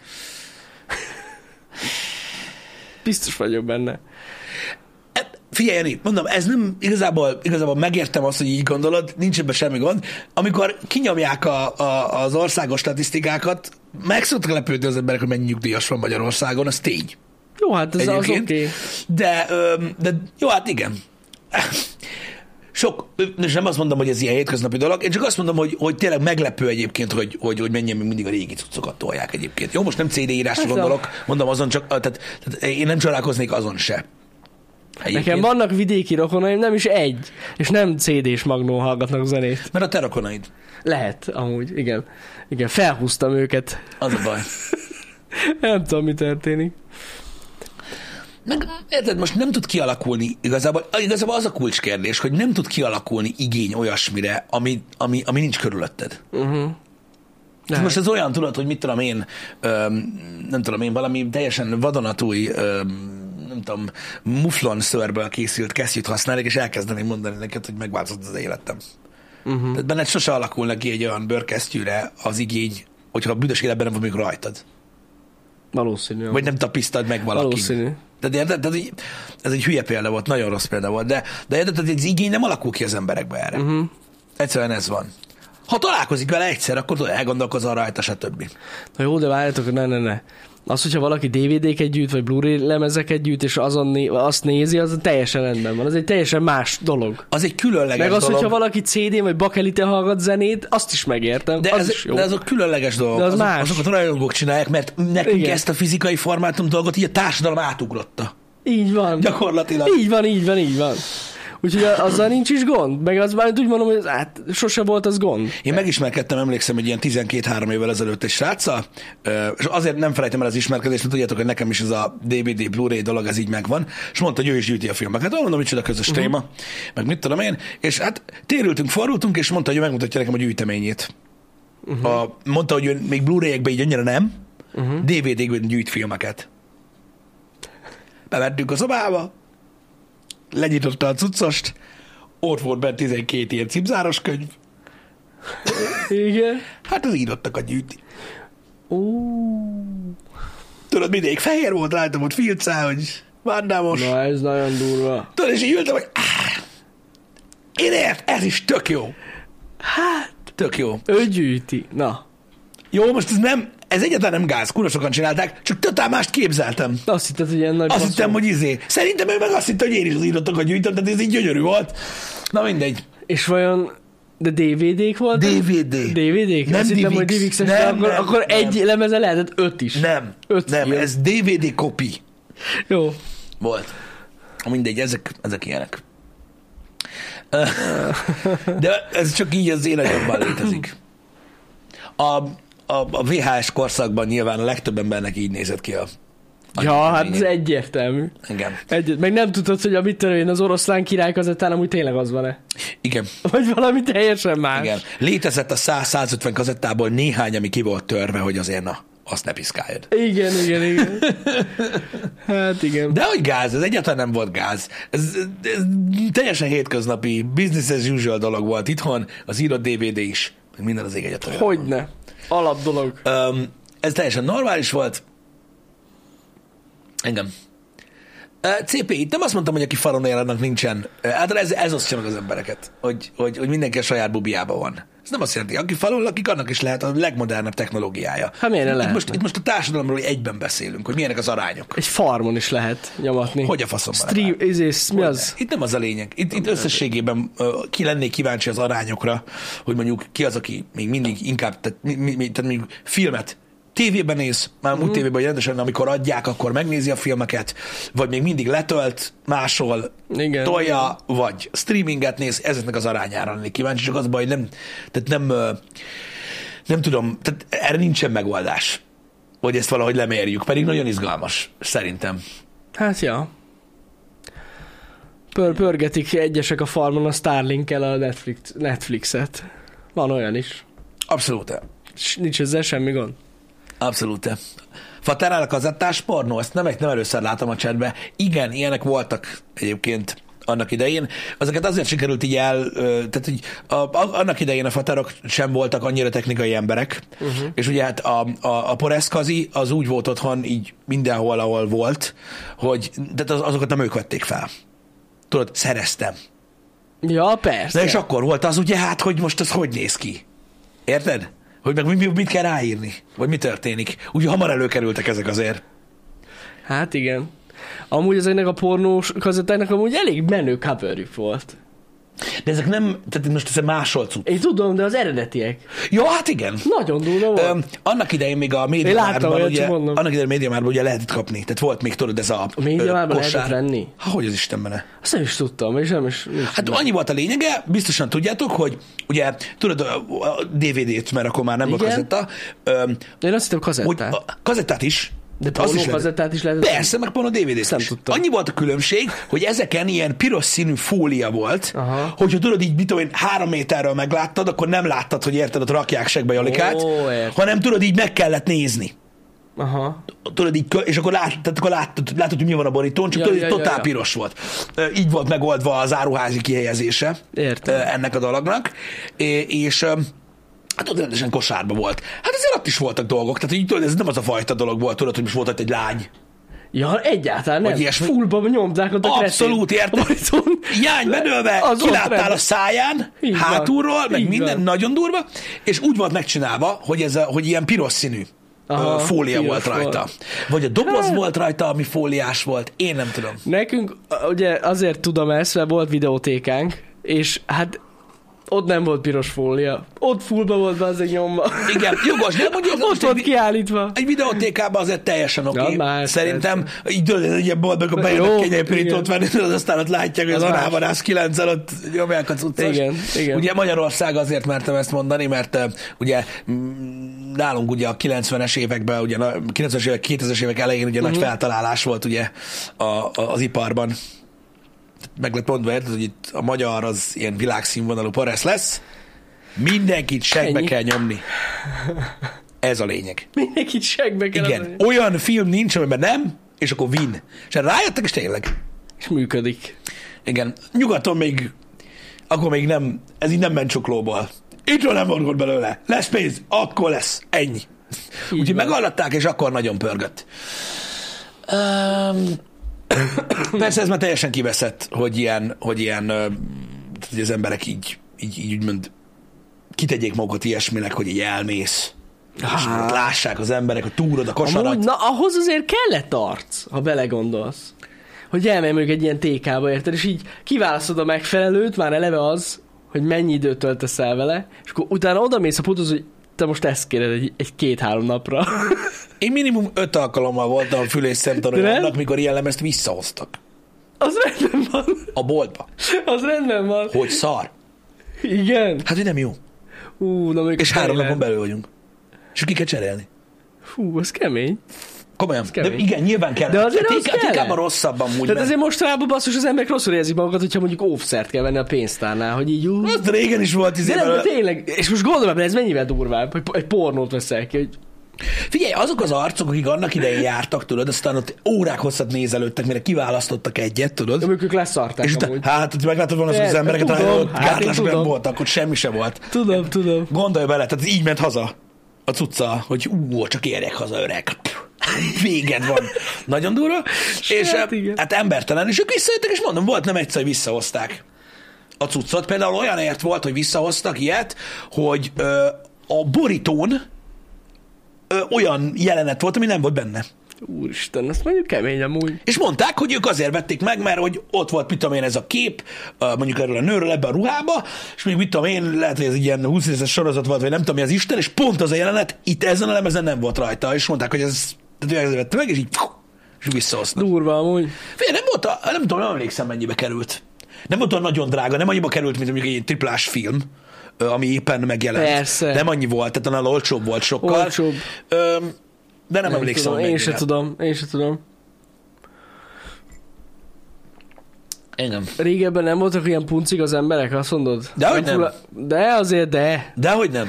Speaker 2: Biztos vagyok benne.
Speaker 1: E,
Speaker 2: Jó, hát ez az oké.
Speaker 1: egyébként.
Speaker 2: Okay.
Speaker 1: De, öm, de jó, hát igen. Sok, és nem azt mondom, hogy ez ilyen hétköznapi dolog, én csak azt mondom, hogy, hogy tényleg meglepő egyébként, hogy, hogy, hogy mennyien még mindig a régi cuccokat tolják egyébként. Jó, most nem CD írásra
Speaker 2: Hát,
Speaker 1: gondolok, mondom azon csak, tehát, tehát én nem csodálkoznék azon se.
Speaker 2: Nekem vannak vidéki rokonaim, nem is egy, és nem CD-s magnó hallgatnak zenét.
Speaker 1: Mert a te rokonaid.
Speaker 2: Lehet, amúgy, igen. Igen, felhúztam őket.
Speaker 1: Az a baj.
Speaker 2: Nem tudom, mi történik.
Speaker 1: Meg, érted, most nem tud kialakulni igazából, igazából az a kulcskérdés, hogy nem tud kialakulni igény olyasmire, ami, ami, ami nincs körülötted.
Speaker 2: Uh-huh.
Speaker 1: Tehát Mhm. most ez olyan, tudod, hogy mit tudom én, öm, nem tudom én, valami teljesen vadonatúj, öm, nem tudom, muflon szörből készült kesztyűt használnék, és elkezdeném mondani neked, hogy megváltozott az életem.
Speaker 2: Uh-huh.
Speaker 1: Tehát benned sose alakulnak ki egy olyan bőrkesztyűre az igény, hogyha a büdös életben nem van még rajtad.
Speaker 2: Valószínű.
Speaker 1: Vagy nem tapisztad meg valaki.
Speaker 2: Valószínű.
Speaker 1: Tehát érted? Tehát így- ez egy hülye példa volt, nagyon rossz példa volt, de, de érted, tehát ez igény nem alakul ki az emberekbe erre.
Speaker 2: Mhm.
Speaker 1: Uh-huh. Egyszerűen ez van. Ha találkozik vele egyszer, akkor tudod, elgondolkozol rajta, stb.
Speaker 2: Na jó, de várjatok, ne, ne, ne. Az, hogyha valaki DVD-ket gyűjt, vagy Blu-ray lemezeket gyűjt, és azon né- azt nézi, az teljesen rendben van. Az egy teljesen más dolog.
Speaker 1: Az egy különleges
Speaker 2: Meg az,
Speaker 1: dolog.
Speaker 2: hogyha valaki CD-n vagy bakelite hallgat zenét, azt is megértem.
Speaker 1: de,
Speaker 2: az
Speaker 1: ez,
Speaker 2: is jó.
Speaker 1: de azok különleges dolgok.
Speaker 2: De az
Speaker 1: azok,
Speaker 2: más.
Speaker 1: Azokat a rajongók csinálják, mert nekünk Igen.
Speaker 2: Igen.
Speaker 1: ezt a fizikai formátum dolgot így a társadalom átugrotta.
Speaker 2: Így van.
Speaker 1: Gyakorlatilag.
Speaker 2: Így van, így van, így van. Úgyhogy a- azzal nincs is gond. Meg az már úgy mondom, hogy az, hát sose volt az gond.
Speaker 1: Én megismerkedtem, emlékszem, egy ilyen 12-3 évvel ezelőtt egy sráccal, ö, és azért nem felejtem el az ismerkedést, mert tudjátok, hogy nekem is ez a DVD, Blu-ray dolog, ez így megvan, és mondta, hogy ő is gyűjti a filmeket. Ó, mondom, micsoda közös uh-huh. téma, meg mit tudom én, és hát térültünk, forrultunk, és mondta, hogy ő megmutatja nekem a gyűjteményét. Uh-huh. A, mondta, hogy ő még Blu-ray-ekben így annyira nem, uh-huh. DVD-kben gyűjt filmeket. Bementünk a szobába, lenyitotta a cuccost, ott volt bent 12 ilyen cipzáros könyv,
Speaker 2: Igen.
Speaker 1: Hát az írottakat gyűjti.
Speaker 2: Ó.
Speaker 1: Tudod, mindig fehér volt, rajta volt filccel, hogy vandámos.
Speaker 2: Na ez nagyon durva.
Speaker 1: Tudod, és így ültem, hogy áh, én ért, ez is tök jó.
Speaker 2: Hát.
Speaker 1: Tök jó.
Speaker 2: Ő gyűjti. Na.
Speaker 1: Jó, most ez nem, ez egyáltalán nem gáz, kurva sokan csinálták, csak totál mást képzeltem.
Speaker 2: Azt hitted, hogy ilyen nagy
Speaker 1: Azt
Speaker 2: faszom.
Speaker 1: hittem, hogy izé. Szerintem ő meg azt hitte, hogy én is az írottakat gyűjtöm, tehát ez így gyönyörű volt. Na mindegy.
Speaker 2: És vajon De DVD-k voltak?
Speaker 1: DVD.
Speaker 2: DVD-k?
Speaker 1: Nem
Speaker 2: Azt hittem,
Speaker 1: DVX.
Speaker 2: hogy DVX-es,
Speaker 1: Nem,
Speaker 2: nem, akkor,
Speaker 1: nem,
Speaker 2: akkor
Speaker 1: nem.
Speaker 2: egy lemeze lehetett öt is.
Speaker 1: Nem,
Speaker 2: Öt
Speaker 1: nem,
Speaker 2: ilyen.
Speaker 1: ez DVD kopi
Speaker 2: Jó.
Speaker 1: volt. Mindegy, ezek, ezek ilyenek. De ez csak így az én agyamban létezik. A, a, a VHS korszakban nyilván a legtöbb embernek így nézett ki a... a
Speaker 2: ja, hát ez
Speaker 1: gyűjteménye.
Speaker 2: egyértelmű.
Speaker 1: Igen.
Speaker 2: Egy, meg nem tudod, hogy a mit tudom én, az oroszlán király kazettán amúgy tényleg az van-e?
Speaker 1: Igen.
Speaker 2: Vagy valami teljesen más.
Speaker 1: Igen. Létezett a 100-150 kazettából néhány, ami ki volt törve, hogy azért na, azt ne piszkáljad.
Speaker 2: Igen, igen, igen. Hát igen.
Speaker 1: De hogy gáz, ez egyáltalán nem volt gáz. Ez, ez teljesen hétköznapi, business as usual dolog volt itthon, az írott DVD is, meg minden az ég egyet olyan.
Speaker 2: Hogyne. Alap dolog.
Speaker 1: Öm, ez teljesen normális volt. Engem. Ö, CP, itt nem azt mondtam, hogy aki faron él, annak nincsen. Ö, Általában ez, ez osztja meg az embereket, hogy, hogy, hogy mindenki a saját bubiában van. Ez nem azt jelenti, aki falon lakik, annak is lehet a legmodernebb technológiája.
Speaker 2: Hát miért ne
Speaker 1: itt,
Speaker 2: lehetne?
Speaker 1: most, itt most a társadalomról egyben beszélünk, hogy milyenek az arányok.
Speaker 2: Egy farmon is lehet nyomatni.
Speaker 1: Hogy a faszom van
Speaker 2: Stream, izé, mi az?
Speaker 1: Itt nem az a lényeg. Itt, itt összességében ö, ki lennék kíváncsi az arányokra, hogy mondjuk ki az, aki még mindig inkább, tehát, mi, mi, mi- tehát mondjuk filmet tévében néz, már
Speaker 2: Mhm.
Speaker 1: múlt tévében jelentősen, amikor adják, akkor megnézi a filmeket, vagy még mindig letölt, másol,
Speaker 2: Igen.
Speaker 1: tolja, vagy streaminget néz, ezeknek az arányára lennék kíváncsi, csak az a baj, hogy nem, tehát nem, ö, nem tudom, tehát erre nincsen megoldás, hogy ezt valahogy lemérjük, pedig nagyon izgalmas, szerintem.
Speaker 2: Hát ja. Pör, pörgetik egyesek a farmon a Starlinkkel a Netflix, Netflixet. Van olyan is.
Speaker 1: Abszolút.
Speaker 2: S- Nincs ezzel semmi gond.
Speaker 1: Abszolút. Faterál a kazettás pornó, ezt nem, egy- nem először látom a csetbe. Igen, ilyenek voltak egyébként annak idején. Azeket azért sikerült így el, ö, tehát hogy a, a, annak idején a faterok sem voltak annyira technikai emberek, uh-huh. és ugye hát a, a, a poreszkazi az úgy volt otthon, így mindenhol, ahol volt, hogy tehát az, azokat nem ők vették fel. Tudod, szereztem.
Speaker 2: Ja, persze.
Speaker 1: De és akkor volt az ugye hát, hogy most ez hogy néz ki. Érted? Hogy meg mi- mi- mit kell ráírni? Vagy mi történik? Úgy hamar előkerültek ezek azért.
Speaker 2: Hát igen. Amúgy ezeknek a pornós kazettáknak amúgy elég menő coverjük volt.
Speaker 1: De ezek nem, tehát most ez másolt cucc.
Speaker 2: Én tudom, de az eredetiek.
Speaker 1: Jó, hát igen.
Speaker 2: Nagyon durva volt.
Speaker 1: Öm, annak idején még a média
Speaker 2: láttam
Speaker 1: márban,
Speaker 2: olyat,
Speaker 1: ugye,
Speaker 2: csak mondom.
Speaker 1: annak idején a média márban ugye lehetett kapni. Tehát volt még tudod ez a,
Speaker 2: a média
Speaker 1: ö,
Speaker 2: már
Speaker 1: kosár.
Speaker 2: lehetett venni.
Speaker 1: Há, hogy az Istenben ne?
Speaker 2: Azt nem is tudtam, és nem is... Nem is
Speaker 1: Hát annyi volt a lényege, biztosan tudjátok, hogy ugye, tudod, a a DVD-t, mert akkor már nem volt
Speaker 2: Igen.
Speaker 1: kazetta, öm,
Speaker 2: Én azt hittem
Speaker 1: hogy
Speaker 2: kazettát.
Speaker 1: a kazettát is,
Speaker 2: De
Speaker 1: az is
Speaker 2: pornó
Speaker 1: lehetett.
Speaker 2: kazettát is lehetett.
Speaker 1: Persze, meg pont a dvd
Speaker 2: nem
Speaker 1: nem
Speaker 2: tudtam.
Speaker 1: Annyi volt a különbség, hogy ezeken ilyen piros színű fólia volt,
Speaker 2: Aha.
Speaker 1: hogyha tudod így, mit tudom én, három méterről megláttad, akkor nem láttad, hogy érted, ott rakják segbe Jalikát,
Speaker 2: Ó, értem.
Speaker 1: hanem tudod, így meg kellett nézni.
Speaker 2: Aha.
Speaker 1: Tudod, így, kö- és akkor, lát, tehát akkor láttad, láttad, hogy mi van a borítón, csak
Speaker 2: Ja,
Speaker 1: ja, tudod,
Speaker 2: ja,
Speaker 1: ja, totál
Speaker 2: ja, ja.
Speaker 1: piros volt. Ö, Így volt megoldva az áruházi kihelyezése
Speaker 2: Értem.
Speaker 1: ö, ennek a dolognak, É- és ö, Hát ott rendesen kosárba volt. Hát azért ott is voltak dolgok, tehát így tudod, ez nem az a fajta dolog volt, tudod, hogy most volt ott egy lány,
Speaker 2: Ja, egyáltalán nem.
Speaker 1: Vagy ilyesmi.
Speaker 2: Fullba nyomták ott a kretén.
Speaker 1: Abszolút, érted?
Speaker 2: A boríton.
Speaker 1: Jány bedőlve,
Speaker 2: Az ott
Speaker 1: kiláttál
Speaker 2: rendben.
Speaker 1: a száján,
Speaker 2: Így van.
Speaker 1: hátulról, meg
Speaker 2: Így
Speaker 1: minden
Speaker 2: van.
Speaker 1: nagyon durva, és úgy volt megcsinálva, hogy, ez a, hogy ilyen piros színű
Speaker 2: Aha,
Speaker 1: Aha, fólia
Speaker 2: piros
Speaker 1: volt rajta.
Speaker 2: volt.
Speaker 1: Vagy a doboz
Speaker 2: Hát.
Speaker 1: volt rajta, ami fóliás volt. Én nem tudom.
Speaker 2: Nekünk, ugye azért tudom ezt, mert volt videótékánk, és hát ott nem volt piros fólia. Ott fullba volt be az egy nyomva.
Speaker 1: Igen, jogos, de mondjuk ez
Speaker 2: Ott
Speaker 1: most
Speaker 2: volt
Speaker 1: egy,
Speaker 2: kiállítva.
Speaker 1: egy videótékában azért teljesen oké.
Speaker 2: Na,
Speaker 1: Okay.
Speaker 2: más,
Speaker 1: Szerintem így dőlőd egy ilyen boltba, akkor bejön
Speaker 2: Jó,
Speaker 1: a kenyérpirítót
Speaker 2: igen.
Speaker 1: venni, tudod, aztán ott látják, hogy az
Speaker 2: Az más.
Speaker 1: anávadász 9 alatt nyomják a cuccos.
Speaker 2: Igen, igen.
Speaker 1: Ugye Magyarország azért mertem ezt mondani, mert eh, ugye mm, nálunk ugye a 90-es években, ugye na- 90-es évek, 2000-es évek elején ugye
Speaker 2: Mhm.
Speaker 1: nagy feltalálás volt ugye a, a, az iparban. Meg lett mondva, érted, hogy itt a magyar az ilyen világszínvonalú paresz lesz. Mindenkit segbe
Speaker 2: Ennyi.
Speaker 1: kell nyomni. Ez a lényeg.
Speaker 2: Mindenkit segbe kell
Speaker 1: Igen,
Speaker 2: adni.
Speaker 1: olyan film nincs, amiben nem, és akkor win. És erre rájöttek, és tényleg.
Speaker 2: És működik.
Speaker 1: Igen, nyugaton még, akkor még nem, ez így nem ment csuklóból. Itthon nem volt gond belőle. Lesz pénz, akkor lesz. Ennyi.
Speaker 2: Így
Speaker 1: Úgyhogy
Speaker 2: van.
Speaker 1: megallatták, és akkor nagyon pörgött. Um, persze ez már teljesen kiveszett, hogy ilyen, hogy ilyen, ö, hogy az emberek így, így, így úgymond kitegyék magukat ilyesminek, hogy így elmész. És lássák az emberek a túrod, a kosarat.
Speaker 2: Amúgy, na, ahhoz azért kellett arc, ha belegondolsz. Hogy elmenj mondjuk egy ilyen TK-ba, érted? És így kiválasztod a megfelelőt, már eleve az, hogy mennyi időt töltesz el vele, és akkor utána oda mész a puthoz, hogy te most ezt kéred egy, egy két-három napra.
Speaker 1: Én minimum öt alkalommal voltam fülés szemtanulónak, mikor ilyen lemezt visszahoztak.
Speaker 2: Az rendben van.
Speaker 1: A boltba.
Speaker 2: Az rendben van.
Speaker 1: Hogy szar.
Speaker 2: Igen.
Speaker 1: Hát, hogy nem jó.
Speaker 2: Ú, na még
Speaker 1: És három
Speaker 2: tényleg.
Speaker 1: napon belül vagyunk. És ki kell cserélni.
Speaker 2: Fú, az kemény.
Speaker 1: Komolyan. De
Speaker 2: kemény.
Speaker 1: igen, nyilván kell.
Speaker 2: De azért
Speaker 1: hát
Speaker 2: az
Speaker 1: inkább-
Speaker 2: kell.
Speaker 1: Inkább a rosszabb amúgy.
Speaker 2: Tehát
Speaker 1: mert-
Speaker 2: azért mostanában basszus az emberek rosszul érzik magukat, hogyha mondjuk óvszert kell venni a pénztárnál, hogy így ú,
Speaker 1: Az régen is volt izé
Speaker 2: De nem, de
Speaker 1: belőle.
Speaker 2: tényleg, és most gondolom, hogy ez mennyivel durvább, hogy po- egy pornót veszel ki, hogy
Speaker 1: Figyelj, azok az arcok, akik annak idején jártak, tudod, aztán ott órák hosszat nézelődtek, mire kiválasztottak egyet, tudod.
Speaker 2: amikor ők leszarták
Speaker 1: És
Speaker 2: és
Speaker 1: utána,
Speaker 2: amúgy.
Speaker 1: hát, hogy meglátod volna azokat az
Speaker 2: Persze,
Speaker 1: embereket,
Speaker 2: tudom,
Speaker 1: ahol ott
Speaker 2: hát én
Speaker 1: gátlások nem
Speaker 2: tudom.
Speaker 1: voltak, ott semmi sem volt.
Speaker 2: Tudom, tudom.
Speaker 1: Gondolj bele, tehát így ment haza a cucca, hogy ú, csak érjek haza, öreg. Véged van. Nagyon durva. és
Speaker 2: hát
Speaker 1: eh,
Speaker 2: igen.
Speaker 1: hát embertelen, és ők visszajöttek, és mondom, volt nem egyszer, hogy visszahozták a cuccot. Például olyanért volt, hogy visszahoztak ilyet, hogy ö, a borítón ö, olyan jelenet volt, ami nem volt benne.
Speaker 2: Úristen, ezt mondjuk kemény amúgy.
Speaker 1: És mondták, hogy ők azért vették meg, mert hogy ott volt, mit tudom én, ez a kép, ö, mondjuk erről a nőről ebbe a ruhába, és még mit tudom én, lehet, hogy ez egy ilyen 20 éves sorozat volt, vagy nem tudom mi az Isten, és pont az a jelenet itt ezen a lemezen nem volt rajta, és mondták, hogy ez, tehát ő ezért vette meg, és így fú, és visszahoznak.
Speaker 2: Durva amúgy.
Speaker 1: Figyelj, nem volt, a, nem tudom, nem emlékszem mennyibe került. Nem volt olyan nagyon drága, nem annyiba került, mint mondjuk egy ilyen triplás film, ö, ami éppen megjelent.
Speaker 2: Persze.
Speaker 1: Nem annyi volt, tehát annál olcsóbb volt sokkal.
Speaker 2: Olcsóbb.
Speaker 1: Öm, de nem, nem emlékszem,
Speaker 2: tudom,
Speaker 1: hogy
Speaker 2: Én
Speaker 1: mennyire.
Speaker 2: se tudom, én se tudom.
Speaker 1: Engem.
Speaker 2: Régebben nem voltak ilyen puncik az emberek, azt mondod?
Speaker 1: Dehogy nem.
Speaker 2: De azért, de.
Speaker 1: Dehogy nem.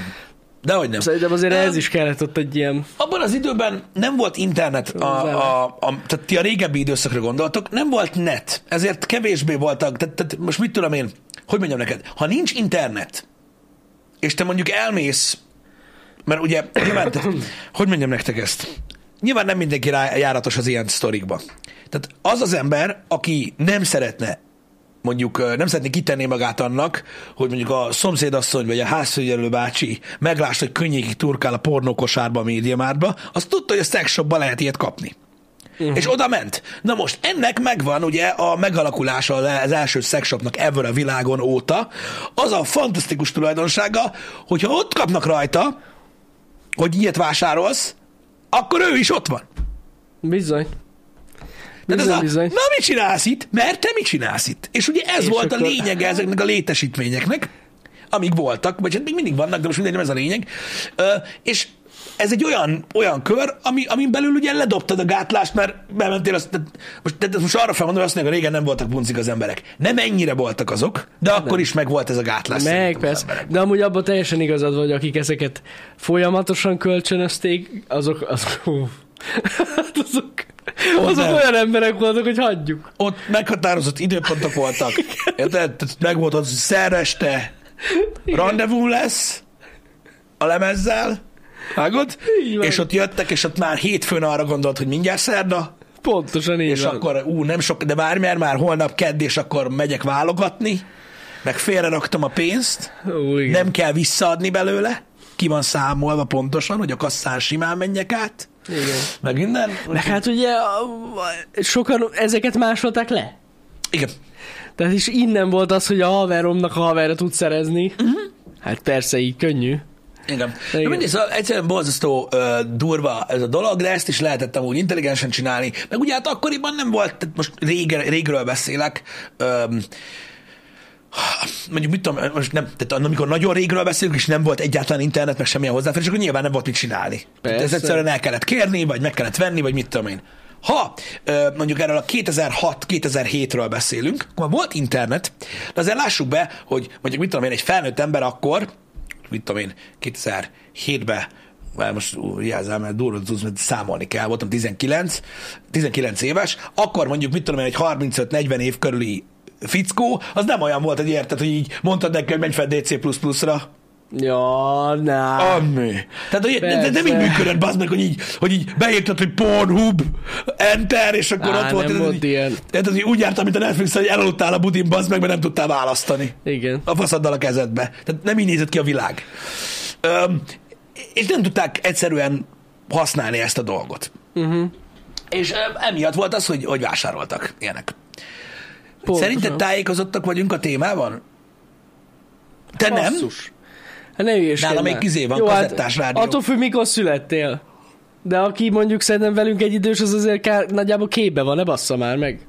Speaker 1: Dehogy nem.
Speaker 2: Szerintem azért
Speaker 1: Nem.
Speaker 2: ez is kellett ott egy ilyen...
Speaker 1: Abban az időben nem volt internet, a, a, a, tehát ti a régebbi időszakra gondoltok, nem volt net, ezért kevésbé voltak, tehát, tehát most mit tudom én, hogy mondjam neked, ha nincs internet, és te mondjuk elmész, mert ugye, nyilván, tehát, hogy mondjam nektek ezt, nyilván nem mindenki rá, járatos az ilyen sztorikba. Tehát az az ember, aki nem szeretne mondjuk ö, nem szeretné kitenni magát annak, hogy mondjuk a szomszédasszony vagy a házfőgyelő bácsi meglássa, hogy könnyékig turkál a pornókosárba, a médiamárba, az tudta, hogy a sex shopba lehet ilyet kapni. Uh-huh. És oda ment. Na most ennek megvan ugye a megalakulása az első szexshopnak ever a világon óta. Az a fantasztikus tulajdonsága, hogyha ott kapnak rajta, hogy ilyet vásárolsz, akkor ő is ott van.
Speaker 2: Bizony.
Speaker 1: Tehát
Speaker 2: Bizony,
Speaker 1: ez a,
Speaker 2: bizony.
Speaker 1: na mit csinálsz itt? Mert te mit csinálsz itt? És ugye ez
Speaker 2: És
Speaker 1: volt a
Speaker 2: akkor-
Speaker 1: lényege ezeknek a létesítményeknek, amik voltak, vagy hát még mindig vannak, de most mindegy, nem ez a lényeg. Ö, és ez egy olyan, olyan kör, ami, amin belül ugye ledobtad a gátlást, mert bementél azt, tehát most, tehát most arra fel mondom, azt mondják, hogy régen nem voltak buncik az emberek. Nem ennyire voltak azok, de akkor is megvolt ez a gátlás.
Speaker 2: Meg,
Speaker 1: szerintem az
Speaker 2: persze.
Speaker 1: emberek.
Speaker 2: De amúgy abban teljesen igazad vagy, akik ezeket folyamatosan kölcsönözték, azok, azok, azok, azok
Speaker 1: nem.
Speaker 2: olyan emberek voltak, hogy hagyjuk.
Speaker 1: Ott meghatározott időpontok voltak. Érted? Tehát Meg volt az, hogy szereste rendezvú lesz a lemezzel, vágod?
Speaker 2: Így van.
Speaker 1: És ott jöttek, és ott már hétfőn arra gondolt, hogy mindjárt szerda,
Speaker 2: Pontosan így
Speaker 1: és
Speaker 2: van.
Speaker 1: akkor ú, nem sok, de várj, mert már holnap kedd, és akkor megyek válogatni, meg félreraktam a pénzt,
Speaker 2: Ó, igen.
Speaker 1: nem kell visszaadni belőle, ki van számolva pontosan, hogy a kasszán simán menjek át,
Speaker 2: Igen.
Speaker 1: meg minden.
Speaker 2: Meg hát ugye a- a- sokan ezeket másolták le.
Speaker 1: Igen.
Speaker 2: Tehát is innen volt az, hogy a haveromnak a haverra tud szerezni. Uh-huh. Hát persze, így könnyű.
Speaker 1: Igen.
Speaker 2: Igen.
Speaker 1: Igen. Mindig, szóval egyszerűen borzasztó ö, durva ez a dolog, de ezt is lehetett amúgy intelligensen csinálni. Meg ugye hát akkoriban nem volt, tehát most rég, régről beszélek, ö, mondjuk mit tudom, most nem, tehát amikor nagyon régről beszélünk, és nem volt egyáltalán internet, meg semmilyen hozzáférés, akkor nyilván nem volt mit csinálni. Tehát ez
Speaker 2: Persze.
Speaker 1: egyszerűen el kellett kérni, vagy meg kellett venni, vagy mit tudom én. Ha ö, mondjuk erről a 2006-2007-ről beszélünk, akkor már volt internet, de azért lássuk be, hogy mondjuk mit tudom én, egy felnőtt ember akkor, mit tudom én, 2007-ben, már most ú, jelzem, mert durva tudsz, mert számolni kell, voltam 19, 19 éves, akkor mondjuk mit tudom én, egy 35-40 év körüli fickó, az nem olyan volt, hogy érted, hogy így mondtad neki, hogy menj fel DC++-ra.
Speaker 2: Ja, na.
Speaker 1: Ami. Tehát hogy de, de nem így
Speaker 2: Persze.
Speaker 1: működött, bazd meg, hogy így, hogy így beírtad, hogy Pornhub, Enter, és akkor
Speaker 2: Á,
Speaker 1: ott volt.
Speaker 2: nem
Speaker 1: érted,
Speaker 2: volt
Speaker 1: így-
Speaker 2: ilyen.
Speaker 1: Érted, hogy úgy jártam, mint a Netflix, hogy elaludtál a budin, bazd meg, mert nem tudtál választani
Speaker 2: Igen.
Speaker 1: a faszaddal a kezedbe. Tehát nem így nézett ki a világ. Öm, és nem tudták egyszerűen használni ezt a dolgot.
Speaker 2: Mhm.
Speaker 1: Uh-huh. És öm, emiatt volt az, hogy, hogy vásároltak ilyenek.
Speaker 2: Pontosan.
Speaker 1: Szerinted tájékozottak vagyunk a témában? Te nem?
Speaker 2: Basszus. Hát ne hülyeskedj
Speaker 1: Nálam
Speaker 2: már. hát
Speaker 1: még izé van, kazettás rádió.
Speaker 2: Attól függ, mikor születtél. De aki mondjuk szerintem velünk egy idős, az azért kár, nagyjából képbe van, ne bassza már meg.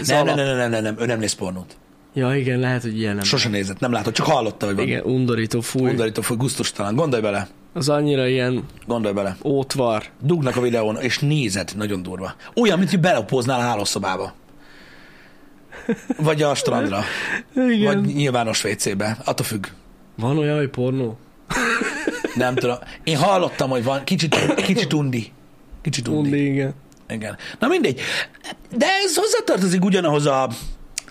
Speaker 2: Ez
Speaker 1: Nem, nem,
Speaker 2: alap.
Speaker 1: nem, nem, nem, nem, nem, ő nem néz pornót.
Speaker 2: Ja, igen, lehet, hogy ilyen nem.
Speaker 1: Sose nézett, nem látott, csak hallotta, hogy van. Igen.
Speaker 2: Igen, undorító, fúj.
Speaker 1: Undorító, hogy guztustalan. Gondolj bele,
Speaker 2: Az annyira ilyen
Speaker 1: gondolj bele.
Speaker 2: ótvar.
Speaker 1: Dugnak a videón, és nézed, nagyon durva. Olyan, mint hogy belepoznál a hálószobába. Vagy a strandra,
Speaker 2: Igen.
Speaker 1: vagy nyilvános WC-be, attól függ.
Speaker 2: Van olyan, hogy pornó?
Speaker 1: Nem tudom. Én hallottam, hogy van kicsit, kicsit undi. Kicsit undi. undi.
Speaker 2: Undi, igen.
Speaker 1: Igen. Na mindegy. De ez hozzátartozik ugyanahoz a...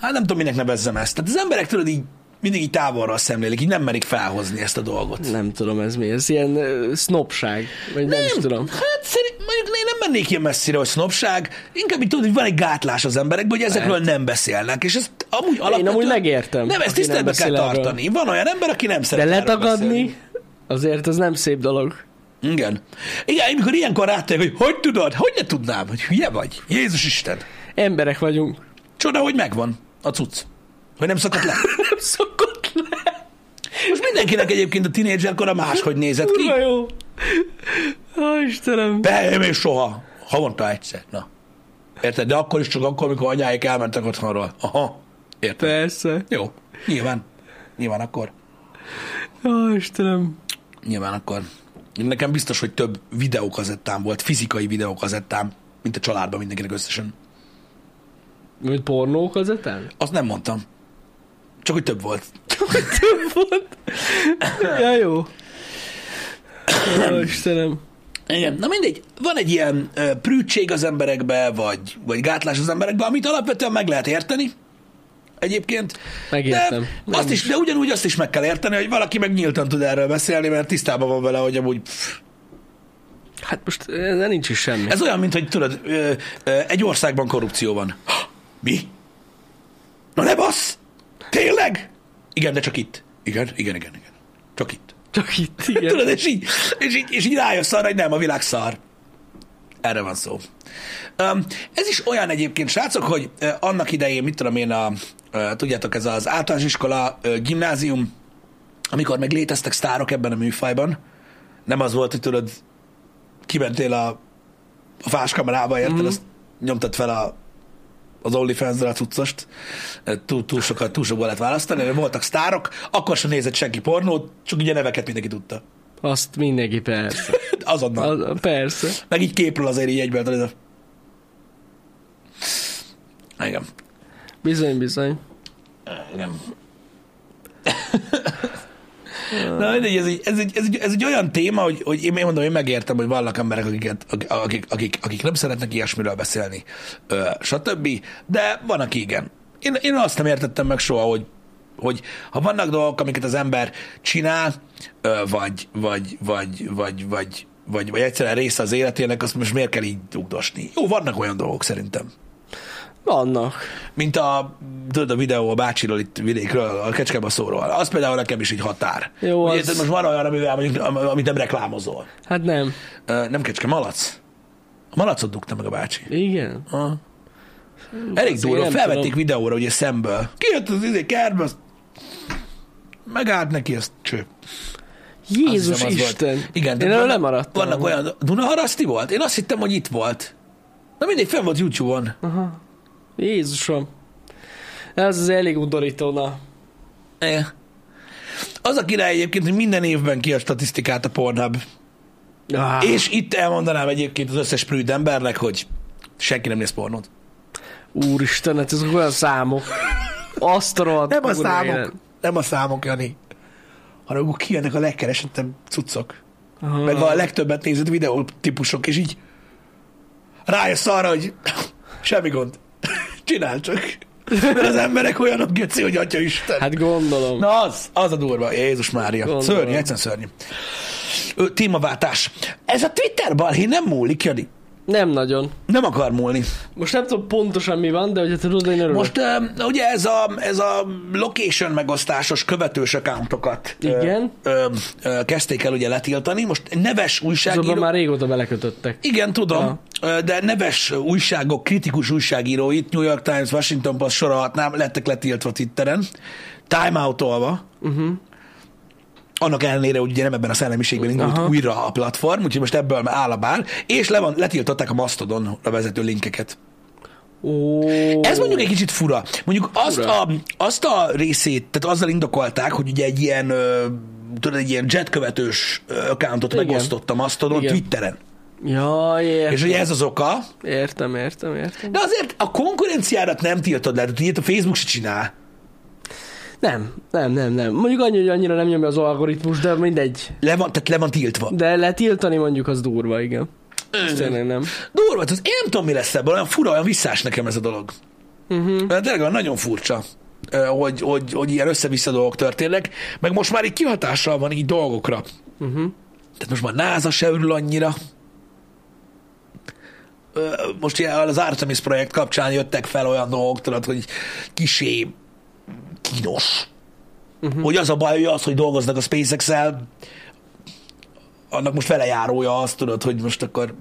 Speaker 1: Hát nem tudom, minek nevezzem ezt. Tehát az emberek tudod így mindig így távolra szemlélik, így nem merik felhozni ezt a dolgot.
Speaker 2: Nem tudom ez mi, ez ilyen uh, sznopság, vagy nem, nem is tudom.
Speaker 1: Hát szerint, mondjuk én nem mennék ilyen messzire, hogy sznopság. Inkább így tudod, hogy van egy gátlás az emberekben, hogy ezekről nem beszélnek. És ezt amúgy alapvetően...
Speaker 2: amúgy megértem,
Speaker 1: Nem, ezt
Speaker 2: aki nem
Speaker 1: tiszteletbe kell
Speaker 2: beszél erről.
Speaker 1: tartani. Van olyan ember, aki nem
Speaker 2: De
Speaker 1: szeret erről beszélni.
Speaker 2: letagadni, azért az nem szép dolog.
Speaker 1: Igen. Igen, amikor ilyenkor rátér, hogy hogy tudod, hogy ne tudnám, hogy hülye vagy. Jézus Isten.
Speaker 2: Emberek vagyunk.
Speaker 1: Csoda, hogy megvan a cucc. Hogy nem szakadt le.
Speaker 2: Nem szokott le.
Speaker 1: Most mindenkinek egyébként a tínédzserkora máshogy nézett Hát ki.
Speaker 2: Kurva jó. Ó, Istenem.
Speaker 1: De én még soha. Havonta egyszer. Na. Érted? De akkor is csak akkor, amikor anyáik elmentek otthonról. Aha. Érted?
Speaker 2: Persze.
Speaker 1: Jó. Nyilván. Nyilván akkor.
Speaker 2: Ó, Istenem.
Speaker 1: Nyilván akkor. Nekem biztos, hogy több videókazettám volt, fizikai videókazettám, mint a családban mindenkinek összesen.
Speaker 2: Mint pornók az eten?
Speaker 1: Azt nem mondtam. Csak, hogy több volt.
Speaker 2: Volt. ja, jó. Ó, Istenem.
Speaker 1: Igen, na mindegy, van egy ilyen ö, prűtség az emberekbe, vagy, vagy gátlás az emberekbe, amit alapvetően meg lehet érteni. Egyébként.
Speaker 2: Megértem.
Speaker 1: De, azt
Speaker 2: Nem
Speaker 1: is, de ugyanúgy azt is meg kell érteni, hogy valaki meg nyíltan tud erről beszélni, mert tisztában van vele, hogy amúgy... Pff.
Speaker 2: Hát most ez nincs is semmi.
Speaker 1: Ez olyan, mint hogy tudod, ö, ö, egy országban korrupció van. Ha, Mi? Na ne bassz! Tényleg? Igen, de csak itt. Igen, igen, igen, igen. Csak itt.
Speaker 2: Csak itt, igen.
Speaker 1: Tudod, és így, és így, és így rájössz arra, hogy nem, a világ szar. Erre van szó. Um, ez is olyan egyébként, srácok, hogy uh, annak idején, mit tudom én, a, uh, tudjátok, ez az általános iskola, uh, gimnázium, amikor még léteztek sztárok ebben a műfajban, nem az volt, hogy tudod, kimentél a, a fáskamerába, érted, mm-hmm. azt nyomtad fel a, az OnlyFans-re a cuccost, Uh, túl, túl, sokat, túl sokból lett választani, de voltak sztárok, akkor sem nézett senki pornót, csak ugye neveket mindenki tudta.
Speaker 2: Azt mindenki persze.
Speaker 1: Azonnal. Az...
Speaker 2: Az, persze.
Speaker 1: Meg így képről azért így egyből. tudod, ez a- Igen.
Speaker 2: Bizony, bizony.
Speaker 1: Igen. Na, mindegy, ez egy, ez, egy, ez, egy, ez egy olyan téma, hogy, hogy én én mondom, én megértem, hogy vannak emberek, akiket, akik, akik, akik, akik nem szeretnek ilyesmiről beszélni, ö, stb., de van, aki igen. Én, én azt nem értettem meg soha, hogy, hogy ha vannak dolgok, amiket az ember csinál, ö, vagy, vagy, vagy, vagy, vagy, vagy, vagy egyszerűen része az életének, azt most miért kell így dugdosni? Jó, vannak olyan dolgok szerintem.
Speaker 2: Vannak.
Speaker 1: Mint a, tudod, a videó a bácsiról itt vidékről, a kecskebaszóról. Az például nekem is egy határ.
Speaker 2: Jó,
Speaker 1: Ugye,
Speaker 2: az-
Speaker 1: tehát most van olyan, amivel mondjuk, am- amit nem reklámozol.
Speaker 2: Hát nem.
Speaker 1: Ö, Nem kecske, malac. A malacot dugta meg a bácsi.
Speaker 2: Igen.
Speaker 1: Aha. Elég
Speaker 2: azért
Speaker 1: durva,
Speaker 2: nem
Speaker 1: felvették
Speaker 2: tudom.
Speaker 1: videóra ugye szemből. Kijött az izé kertbe, azt megállt neki, azt cső. Azt
Speaker 2: Jézus
Speaker 1: hiszem, az volt.
Speaker 2: Isten.
Speaker 1: Igen, de
Speaker 2: Én erről
Speaker 1: vannak-
Speaker 2: lemaradtam.
Speaker 1: Vannak olyan, Dunaharaszti volt? Én azt hittem, hogy itt volt. Na mindegy, fenn volt YouTube-on.
Speaker 2: Aha. Jézusom. Ez az elég undorító, na.
Speaker 1: Igen. Az a király egyébként, hogy minden évben ki a statisztikát a Pornhub.
Speaker 2: Ah,
Speaker 1: És itt elmondanám egyébként az összes prűd embernek, hogy senki nem néz pornót.
Speaker 2: Úristen, hát ezek olyan számok. Azt a rohadt
Speaker 1: Nem a
Speaker 2: kurva
Speaker 1: számok,
Speaker 2: élet.
Speaker 1: nem a számok, Jani, hanem akkor kijönnek a legkeresettebb cuccok.
Speaker 2: Aha.
Speaker 1: Meg van a legtöbbet nézett videó típusok, és így rájössz arra, hogy semmi gond. Csinál csak. Mert az emberek olyanok geci, hogy atya Isten.
Speaker 2: Hát gondolom.
Speaker 1: Na az, az a durva. Jézus Mária.
Speaker 2: Gondolom.
Speaker 1: Szörnyű, egyszerűen szörnyű. Ö, témaváltás. Ez a Twitter balhé nem múlik, Jani.
Speaker 2: Nem nagyon.
Speaker 1: Nem akar múlni.
Speaker 2: Most nem tudom pontosan mi van, de hogyha tudod, én örülök.
Speaker 1: Most ö, ugye ez a, ez a location megosztásos követős accountokat ö,
Speaker 2: Igen.
Speaker 1: Ö, ö, kezdték el ugye letiltani. Most neves
Speaker 2: azonban
Speaker 1: újságíró...
Speaker 2: már régóta belekötöttek.
Speaker 1: Igen, tudom, Ö, de neves újságok, kritikus újságíróit, New York Times, Washington Post sorolhatnám, lettek letiltva Twitteren, time out-olva. Uh-huh.
Speaker 2: Mhm.
Speaker 1: Annak ellenére, hogy ugye nem ebben a szellemiségben indult
Speaker 2: Aha.
Speaker 1: Aha. újra a platform, úgyhogy most ebből áll a bár, és le van, letiltották a Mastodon a vezető linkeket.
Speaker 2: Ó,
Speaker 1: Ez mondjuk egy kicsit fura. Mondjuk azt,
Speaker 2: Fura.
Speaker 1: A, azt a részét, tehát azzal indokolták, hogy ugye egy ilyen, ö, tudod, egy ilyen jetkövetős ö, accountot
Speaker 2: Igen.
Speaker 1: megosztottam Mastodon
Speaker 2: Igen.
Speaker 1: Twitteren.
Speaker 2: Ja, értem,
Speaker 1: És ugye ez az oka,
Speaker 2: értem, értem, értem.
Speaker 1: de azért a konkurenciádat nem tiltod le, tehát ilyet a Facebook se csinál.
Speaker 2: Nem, nem, nem, nem. Mondjuk annyi, hogy annyira nem nyomja az algoritmus, de mindegy.
Speaker 1: Le van, tehát le van tiltva.
Speaker 2: De letiltani mondjuk az durva, igen. Ez tényleg nem.
Speaker 1: Durva, tehát én nem tudom, mi lesz ebből, olyan fura, olyan visszás nekem ez a dolog.
Speaker 2: Mhm,
Speaker 1: Uh-huh. Tényleg olyan nagyon furcsa, ö, hogy, hogy, hogy ilyen össze-vissza dolgok történnek, meg most már így kihatással van így dolgokra. Uh-huh.
Speaker 2: mhm.
Speaker 1: Tehát most már NASA se örül annyira. Ö, Most ilyen az Artemis projekt kapcsán jöttek fel olyan dolgok, tudod, hogy kisé kínos. Uh-huh. Hogy az a baj, hogy az, hogy dolgoznak a SpaceX-el, annak most velejárója az, tudod, hogy most akkor...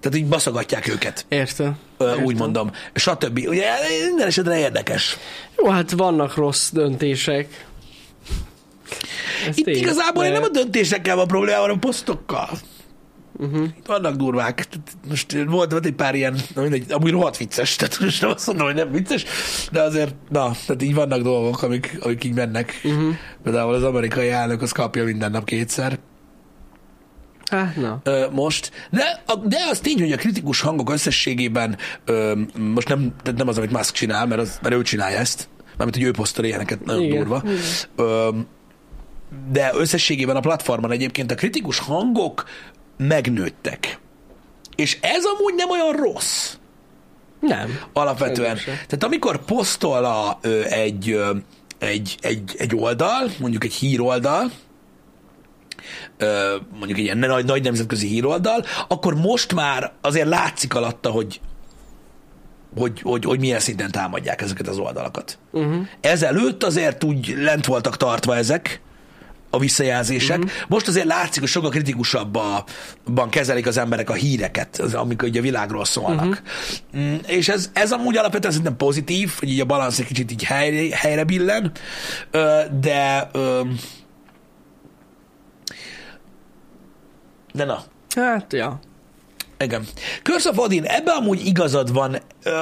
Speaker 1: Tehát így baszogatják őket.
Speaker 2: Értem.
Speaker 1: Ö, úgy mondom, stb. Ugye minden esetre érdekes.
Speaker 2: Jó, hát vannak rossz döntések. Ez
Speaker 1: Itt
Speaker 2: tény,
Speaker 1: igazából én
Speaker 2: de-
Speaker 1: nem a döntésekkel van probléma, hanem a posztokkal.
Speaker 2: Mhm.
Speaker 1: Uh-huh. Itt vannak durvák. Tehát Most volt, volt egy pár ilyen, na mindegy, amúgy rohadt vicces, tehát most nem azt mondom, hogy nem vicces, de azért, na, tehát így vannak dolgok, amik, amik így mennek.
Speaker 2: Mhm.
Speaker 1: Uh-huh. Például az amerikai elnök az kapja minden nap kétszer.
Speaker 2: Hát na.
Speaker 1: ö, most, de, a, de az tény, hogy a kritikus hangok összességében ö, most nem, tehát nem az, amit Musk csinál, mert, az, mert ő csinálja ezt, mármint, hogy ő posztol ilyeneket, nagyon
Speaker 2: Igen.
Speaker 1: Igen. durva. Ö, de összességében a platformon egyébként a kritikus hangok megnőttek. És ez amúgy nem olyan rossz
Speaker 2: Nem.
Speaker 1: alapvetően.
Speaker 2: Szerintem se.
Speaker 1: Tehát amikor posztol a, ö, egy, ö, egy, egy, egy oldal, mondjuk egy híroldal, ö, mondjuk egy ilyen nagy, nagy nemzetközi híroldal, akkor most már azért látszik alatta, hogy hogy, hogy, hogy milyen szinten támadják ezeket az oldalakat. Uh-huh. Ezelőtt azért úgy lent voltak tartva ezek, a visszajelzések. Uh-huh. Most azért látszik, hogy sokkal kritikusabban kezelik az emberek a híreket, az, amik ugye a világról szólnak. Uh-huh. Mm, és ez, ez amúgy alapvetően szerintem pozitív, hogy így a balansz egy kicsit így helyre, helyre billen, Ö, de ö, de na,
Speaker 2: Hát, ja.
Speaker 1: igen. Curse of Odin, ebbe amúgy igazad van. Ö,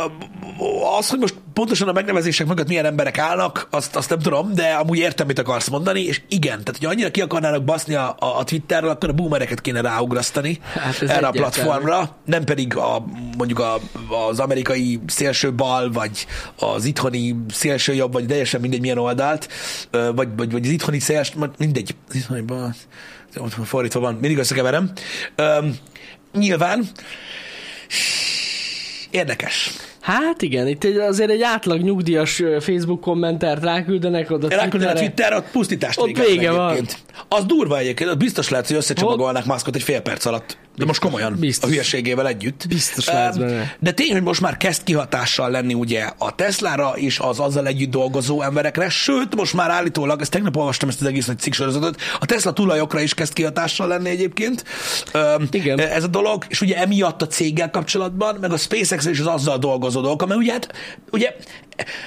Speaker 1: Az, hogy most pontosan a megnevezések mögött milyen emberek állnak, azt, azt nem tudom, de amúgy értem, mit akarsz mondani, és igen, tehát hogy annyira ki akarnának baszni a, a, a Twitterrel, akkor a boomereket kéne ráugrasztani
Speaker 2: Hát ez
Speaker 1: hát erre a
Speaker 2: egyértelmű.
Speaker 1: platformra, nem pedig a, mondjuk a, az amerikai szélső bal, vagy az itthoni szélső jobb, vagy teljesen mindegy milyen oldalt, ö, vagy, vagy, vagy az itthoni széls, majd mindegy, az itthoni bal, ott fordítva van, mindig összekeverem. Öm, nyilván, érdekes.
Speaker 2: Hát igen, itt egy, azért egy átlag nyugdíjas ö, Facebook kommentert ráküldenek oda
Speaker 1: Ráküldenek
Speaker 2: Twitterre.
Speaker 1: Twitterre, ott pusztítást
Speaker 2: Ott
Speaker 1: végeznek
Speaker 2: vége van.
Speaker 1: egyébként. Az durva egyébként, az biztos lehet, hogy összecsomagolnák maszkot egy fél perc alatt. De most komolyan,
Speaker 2: Biztos.
Speaker 1: a hülyeségével együtt.
Speaker 2: Biztos
Speaker 1: Öm,
Speaker 2: látsz benne.
Speaker 1: De tény, hogy most már kezd kihatással lenni ugye a Teslára és az azzal együtt dolgozó emberekre, sőt, most már állítólag, ezt tegnap olvastam ezt az egész nagy cikksorozatot, a Tesla tulajokra is kezd kihatással lenni egyébként. Öm,
Speaker 2: Igen.
Speaker 1: Ez a dolog, és ugye emiatt a céggel kapcsolatban, meg a SpaceX és az azzal dolgozó dolgok, mert ugye, hát, ugye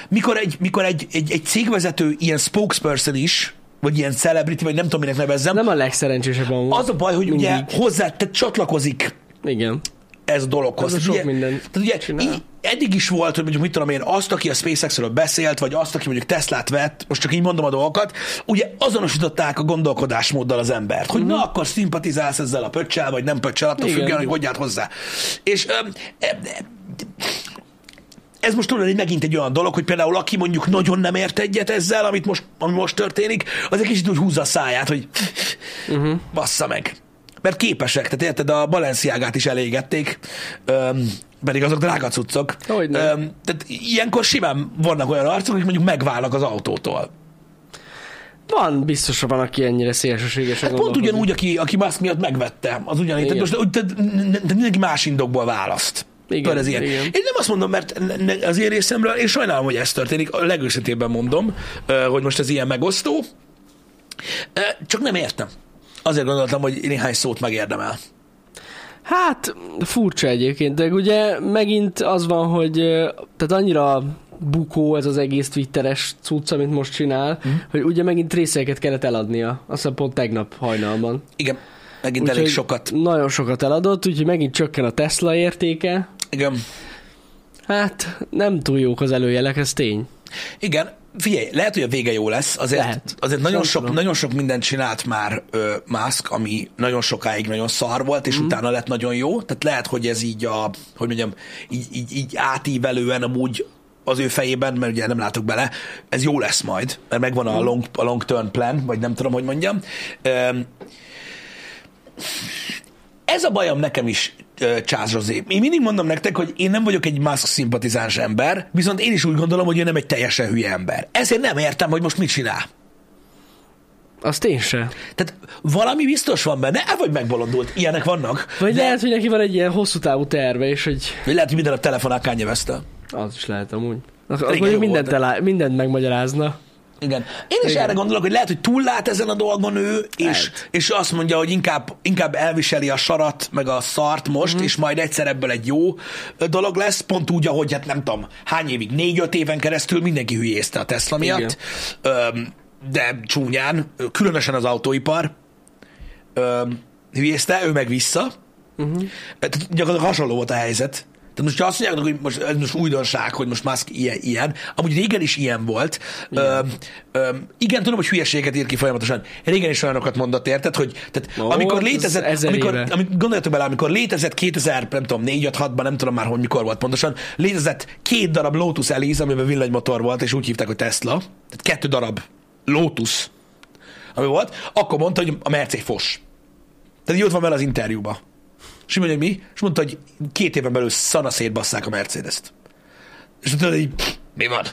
Speaker 1: mikor, egy, mikor egy, egy, egy cégvezető ilyen spokesperson is, vagy ilyen celebrity, vagy nem tudom, minek nevezzem,
Speaker 2: Nem a legszerencsésebb amúgy.
Speaker 1: az a baj, hogy ugye
Speaker 2: Mindig.
Speaker 1: hozzá, tehát csatlakozik
Speaker 2: Igen.
Speaker 1: ez a dologhoz.
Speaker 2: Ez
Speaker 1: Tehát
Speaker 2: a sok
Speaker 1: ugye,
Speaker 2: mindent
Speaker 1: tehát ugye,
Speaker 2: csinál.
Speaker 1: í- eddig is volt, hogy mondjuk mit tudom én, azt, aki a SpaceX-ről beszélt, vagy azt, aki mondjuk Teslát vett, most csak így mondom a dolgokat, ugye azonosították a gondolkodásmóddal az embert, hogy na akkor szimpatizálsz ezzel a pöccsel, vagy nem pöccsel, attól
Speaker 2: Mhm. Igen.
Speaker 1: függően, hogy hogy állt hozzá. És öm, e- e- ez most tudod, hogy megint egy olyan dolog, hogy például aki mondjuk nagyon nem ért egyet ezzel, amit most, ami most történik, az egy kicsit úgy húzza a száját, hogy uh-huh. bassza meg. Mert képesek, tehát érted, a Balenciágát is elégették, öm, pedig azok drága cuccok.
Speaker 2: Hogyne.
Speaker 1: tehát ilyenkor simán vannak olyan arcok, akik mondjuk megválnak az autótól.
Speaker 2: Van, biztos van, aki ennyire szélsőséges.
Speaker 1: Hát pont ugyanúgy, aki, aki maszk miatt megvette, az ugyanígy. Tehát
Speaker 2: Igen.
Speaker 1: most tehát n- n- tehát mindenki más indokból választ.
Speaker 2: Igen,
Speaker 1: Tudod, ez ilyen.
Speaker 2: igen.
Speaker 1: Én nem azt mondom, mert ne- ne- az én részemről, én sajnálom, hogy ez történik, a legőszintébben mondom, ö, hogy most ez ilyen megosztó, Ö, csak nem értem. Azért gondoltam, hogy néhány szót megérdemel.
Speaker 2: Hát furcsa egyébként, de ugye megint az van, hogy ö, tehát annyira bukó ez az egész twitteres cucc, amit most csinál,
Speaker 1: Mhm.
Speaker 2: mm. hogy ugye megint részeket kellett eladnia, azt hiszem pont tegnap hajnalban.
Speaker 1: Igen, megint elég
Speaker 2: Úgyhogy
Speaker 1: sokat.
Speaker 2: Nagyon sokat eladott, úgyhogy megint csökken a Tesla értéke.
Speaker 1: Igen.
Speaker 2: Hát nem túl jók az előjelek, ez tény.
Speaker 1: Igen, figyelj, lehet, hogy a vége jó lesz. Azért,
Speaker 2: Lehet.
Speaker 1: azért nagyon,
Speaker 2: Nem
Speaker 1: sok,
Speaker 2: tudom.
Speaker 1: nagyon sok mindent csinált már ö, Musk, ami nagyon sokáig nagyon szar volt, és mm. utána lett nagyon jó. Tehát lehet, hogy ez így a, hogy mondjam, így, így, így átívelően amúgy az ő fejében, mert ugye nem látok bele, ez jó lesz majd, mert megvan a long, a long term plan, vagy nem tudom, hogy mondjam. Öm, ez a bajom nekem is, ö, Charles Rosé. Én mindig mondom nektek, hogy én nem vagyok egy Musk szimpatizáns ember, viszont én is úgy gondolom, hogy ő nem egy teljesen hülye ember. Ezért nem értem, hogy most mit csinál.
Speaker 2: Azt én se.
Speaker 1: Tehát valami biztos van benne, el vagy megbolondult, ilyenek vannak.
Speaker 2: Vagy
Speaker 1: De-
Speaker 2: lehet, hogy neki van egy ilyen hosszú távú terve, és hogy
Speaker 1: Vagy lehet, hogy minden nap telefonál Kanye West-tel.
Speaker 2: az is lehet amúgy. Akkor
Speaker 1: Régen
Speaker 2: mondjuk
Speaker 1: jó
Speaker 2: mindent,
Speaker 1: volt.
Speaker 2: elá, mindent megmagyarázna.
Speaker 1: Igen. Én is
Speaker 2: Igen.
Speaker 1: erre gondolok, hogy lehet, hogy túllát ezen a dolgon ő, és,
Speaker 2: Lehet.
Speaker 1: és azt mondja, hogy inkább, inkább elviseli a sarat, meg a szart most,
Speaker 2: Mhm.
Speaker 1: mm-hmm. és majd egyszer ebből egy jó ö, dolog lesz, pont úgy, ahogy hát nem tudom, hány évig, négy-öt éven keresztül mindenki hülyézte a Tesla miatt, Öm, de csúnyán, ö, különösen az autóipar öm, hülyézte, ő meg vissza. Uh-huh. Tehát gyakorlatilag hasonló volt a helyzet. Tehát most ha azt mondják, hogy most, ez most újdonság, hogy most Musk ilyen, ilyen. amúgy régen is ilyen volt. Igen. Ö, ö, igen, tudom, hogy hülyeséget ír ki folyamatosan. Régen is olyanokat mondott, érted, hogy tehát,
Speaker 2: Ó,
Speaker 1: Ó, amikor
Speaker 2: ez
Speaker 1: létezett,
Speaker 2: ezer
Speaker 1: amikor,
Speaker 2: éve.
Speaker 1: amikor, gondoljatok bele, amikor létezett 2000, nem tudom, 4 5 6 ban nem tudom már, hogy mikor volt pontosan, létezett két darab Lotus Elise, amiben villanymotor volt, és úgy hívták, hogy Tesla. Tehát kettő darab Lotus, ami volt, akkor mondta, hogy a Mercé fos. Tehát így ott van vele az interjúba. És így mondja, hogy mi? És mondta, hogy két éven belül szana szétbasszák a Mercedes-t. És tudod, így, pff, mi van?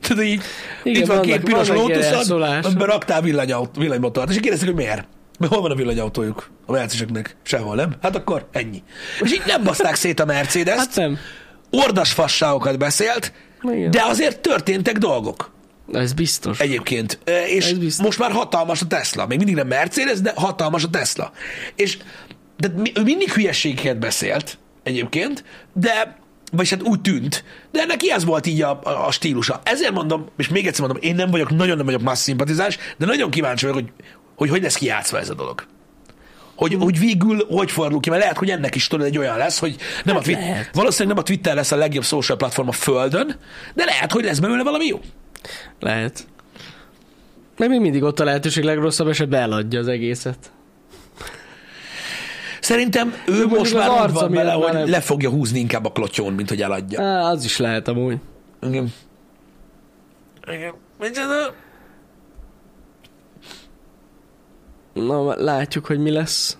Speaker 1: Tudod, így,
Speaker 2: Igen, vannak-
Speaker 1: piros
Speaker 2: vannak ilyen
Speaker 1: lótuszod,
Speaker 2: elszólások.
Speaker 1: amiben raktál villanyaut- villanymotort. És így kérdezték, hogy miért? Mert hol van a villanyautójuk? A mercedeseknek? Sehol, nem? Hát akkor ennyi. És így nem baszták szét a mercedes
Speaker 2: Hát nem.
Speaker 1: ordas fasságokat beszélt,
Speaker 2: Igen.
Speaker 1: de azért történtek dolgok.
Speaker 2: Ez biztos.
Speaker 1: Egyébként. E, És
Speaker 2: Ez biztos.
Speaker 1: most már hatalmas a Tesla. Még mindig nem Mercedes, de hatalmas a Tesla. És de mi- ő mindig hülyeségeket beszélt egyébként, de vagyis hát úgy tűnt, de neki ez volt így a, a, a stílusa. Ezért mondom, és még egyszer mondom, én nem vagyok, nagyon nem vagyok más szimpatizás, de nagyon kíváncsi vagyok, hogy hogy, hogy lesz kijátszva ez a dolog. Hogy, hogy végül hogy fordul ki, mert lehet, hogy ennek is tudod, egy olyan lesz, hogy nem a Twitter,
Speaker 2: Hát lehet.
Speaker 1: valószínűleg nem a Twitter lesz a legjobb social platform a Földön, de lehet, hogy lesz belőle valami jó.
Speaker 2: Lehet. Mert még mindig ott a lehetőség legrosszabb esetben eladja az egészet.
Speaker 1: Szerintem ő
Speaker 2: mondjuk
Speaker 1: most
Speaker 2: az
Speaker 1: már úgy
Speaker 2: arca
Speaker 1: van
Speaker 2: miatt
Speaker 1: vele,
Speaker 2: már
Speaker 1: hogy
Speaker 2: nem-
Speaker 1: le fogja húzni inkább a klotyón, mint hogy eladja.
Speaker 2: Á, az is lehet amúgy.
Speaker 1: Igen. Igen. Micsoda?
Speaker 2: Na, látjuk, hogy mi lesz.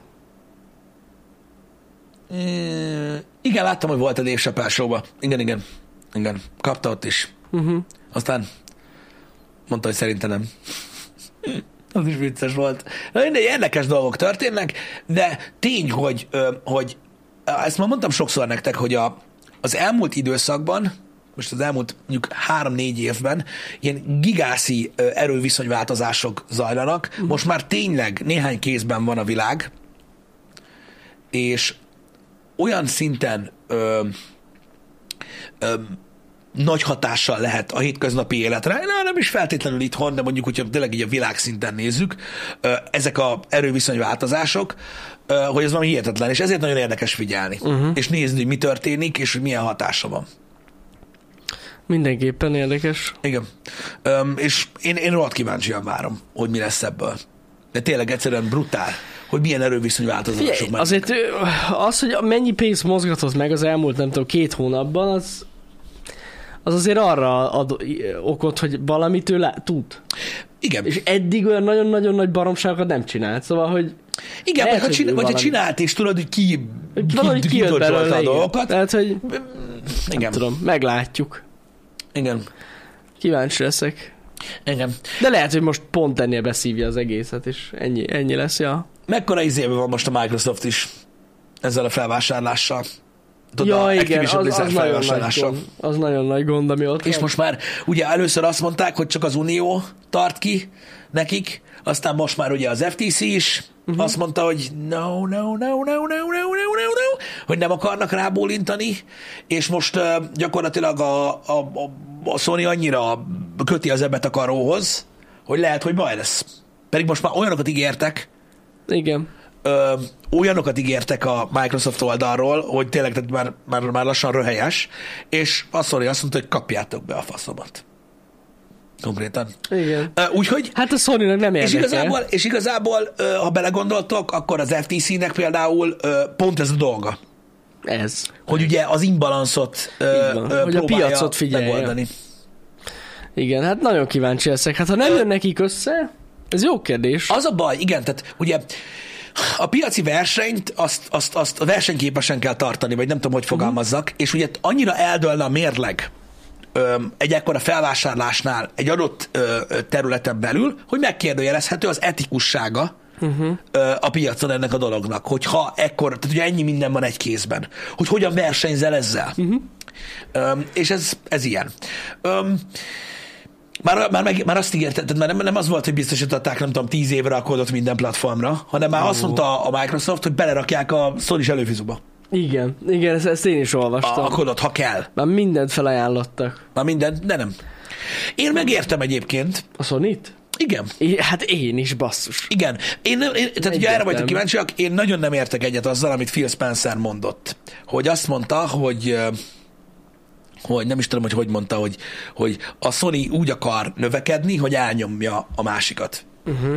Speaker 1: Mm, Igen, láttam, hogy volt a Dave Chappelle show-ba. Igen, igen. Igen. Kapta ott is.
Speaker 2: Uh-huh.
Speaker 1: Aztán mondta, hogy szerintem nem. Az is vicces volt. Na, Mindegy, érdekes dolgok történnek, de tény, hogy, ö, hogy ezt már mondtam sokszor nektek, hogy a, az elmúlt időszakban, most az elmúlt mondjuk három-négy évben ilyen gigászi ö, erőviszonyváltozások zajlanak. Most már tényleg néhány kézben van a világ, és olyan szinten ö, nagy hatással lehet a hétköznapi életre. Na, nem is feltétlenül itthon, de mondjuk, hogyha tényleg így a világszinten nézzük, ö, ezek a erőviszonyváltozások, ö, hogy ez valami hihetetlen, és ezért nagyon érdekes figyelni,
Speaker 2: Mhm.
Speaker 1: uh-huh. és nézni, hogy mi történik, és hogy milyen hatása van.
Speaker 2: Mindenképpen érdekes.
Speaker 1: Igen. Öm, és én, én rohadt kíváncsian várom, hogy mi lesz ebből. De tényleg egyszerűen brutál, hogy milyen erőviszonyváltozások
Speaker 2: Figyelj,
Speaker 1: mennek.
Speaker 2: azért ö, az, hogy mennyi pénzt mozgatott meg az elmúlt, nem tudom, két hónapban, az, az azért arra ad i- okot, hogy valamit ő lá- tud.
Speaker 1: Igen.
Speaker 2: És eddig olyan nagyon-nagyon nagy baromságokat nem csinált, szóval, hogy
Speaker 1: Igen,
Speaker 2: Lehet,
Speaker 1: vagy ha
Speaker 2: hogy
Speaker 1: csinál,
Speaker 2: ő
Speaker 1: vagy ha
Speaker 2: valami-
Speaker 1: csinált, és tudod, hogy ki,
Speaker 2: hogy valahogy kijött belőle.
Speaker 1: a
Speaker 2: igen.
Speaker 1: dolgokat.
Speaker 2: Tehát, hogy
Speaker 1: Igen.
Speaker 2: tudom, meglátjuk.
Speaker 1: Igen.
Speaker 2: Kíváncsi leszek.
Speaker 1: Igen.
Speaker 2: De lehet, hogy most pont ennél beszívja az egészet, és ennyi, ennyi lesz, ja.
Speaker 1: Mekkora izében van most a Microsoft is ezzel a felvásárlással?
Speaker 2: ja,
Speaker 1: a
Speaker 2: igen, az,
Speaker 1: Activision
Speaker 2: az,
Speaker 1: Blizzard
Speaker 2: nagyon nagy
Speaker 1: felvásárlása.
Speaker 2: gond, az nagyon nagy gond, ami ott
Speaker 1: És
Speaker 2: van.
Speaker 1: most már, ugye először azt mondták, hogy csak az Unió tart ki nekik, aztán most már ugye az FTC is uh-huh. azt mondta, hogy no, no, no, no, no, no, no, no, no, hogy nem akarnak rábólintani, és most uh, gyakorlatilag a, a, a, a Sony annyira köti az ebbet a karóhoz, hogy lehet, hogy baj lesz. Pedig most már olyanokat ígértek,
Speaker 2: Igen.
Speaker 1: ö, olyanokat ígértek a Microsoft oldalról, hogy tényleg tehát már, már, már lassan röhelyes, és a Sony azt mondta, hogy kapjátok be a faszomat. Konkrétan.
Speaker 2: Igen.
Speaker 1: Ö, Úgyhogy,
Speaker 2: Hát a sony nem
Speaker 1: és
Speaker 2: érdekel.
Speaker 1: igazából, és igazából, ö, ha belegondoltok, akkor az FTC-nek például ö, pont ez a dolga,
Speaker 2: Ez.
Speaker 1: hogy ugye az imbalanszot ö,
Speaker 2: Így van,
Speaker 1: ö,
Speaker 2: hogy a
Speaker 1: próbálja
Speaker 2: piacot figyelje.
Speaker 1: megoldani.
Speaker 2: Igen, hát nagyon kíváncsi leszek. Hát ha nem jön nekik össze, ez jó kérdés.
Speaker 1: Az a baj, igen, tehát ugye a piaci versenyt, azt, azt, azt versenyképesen kell tartani, vagy nem tudom, hogy fogalmazzak, uh-huh. és ugye annyira eldőlne a mérleg öm, egy ekkora felvásárlásnál egy adott ö, ö, területen belül, hogy megkérdőjelezhető az etikussága uh-huh. ö, a piacon ennek a dolognak, hogyha ekkor, tehát ugye ennyi minden van egy kézben, hogy hogyan versenyzel ezzel. Uh-huh. Öm, és ez, ez ilyen. Öm, már, már, meg, már azt ígérte, tehát már nem, nem az volt, hogy biztosították, nem tudom, tíz évre a kódot minden platformra, hanem már azt mondta a Microsoft, hogy belerakják a Sony-s előfizuba
Speaker 2: Igen, igen, ezt, ezt én is
Speaker 1: a,
Speaker 2: olvastam.
Speaker 1: a kódot, ha kell.
Speaker 2: Már mindent felajánlottak.
Speaker 1: Már minden, de nem. Én megértem egyébként.
Speaker 2: A Sony-t?
Speaker 1: Igen.
Speaker 2: I- hát én is, basszus.
Speaker 1: Igen. Én, nem, én tehát ugye erre
Speaker 2: Egyértelmű.
Speaker 1: vagytok kíváncsiak, én nagyon nem értek egyet azzal, amit Phil Spencer mondott. Hogy azt mondta, hogy ö, hogy nem is tudom, hogy hogy mondta, hogy, hogy a Sony úgy akar növekedni, hogy elnyomja a másikat. Uh-huh.
Speaker 2: Mhm.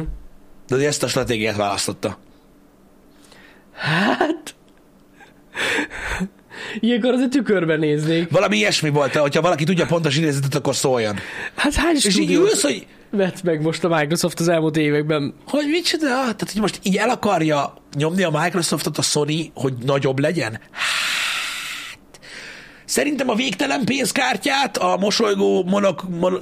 Speaker 1: De ugye ezt a stratégiát választotta.
Speaker 2: Hát... Ilyenkor azért tükörbe néznék.
Speaker 1: Valami ilyesmi volt, hogyha valaki tudja pontos idézetet, akkor szóljon.
Speaker 2: Hát hány
Speaker 1: És így
Speaker 2: stúdiót
Speaker 1: ülsz, hogy,
Speaker 2: vett meg most a Microsoft az elmúlt években?
Speaker 1: hogy micsoda, tehát hogy most így el akarja nyomni a Microsoftot a Sony, hogy nagyobb legyen? Hát, szerintem a végtelen pénzkártyát a mosolygó monok, mon,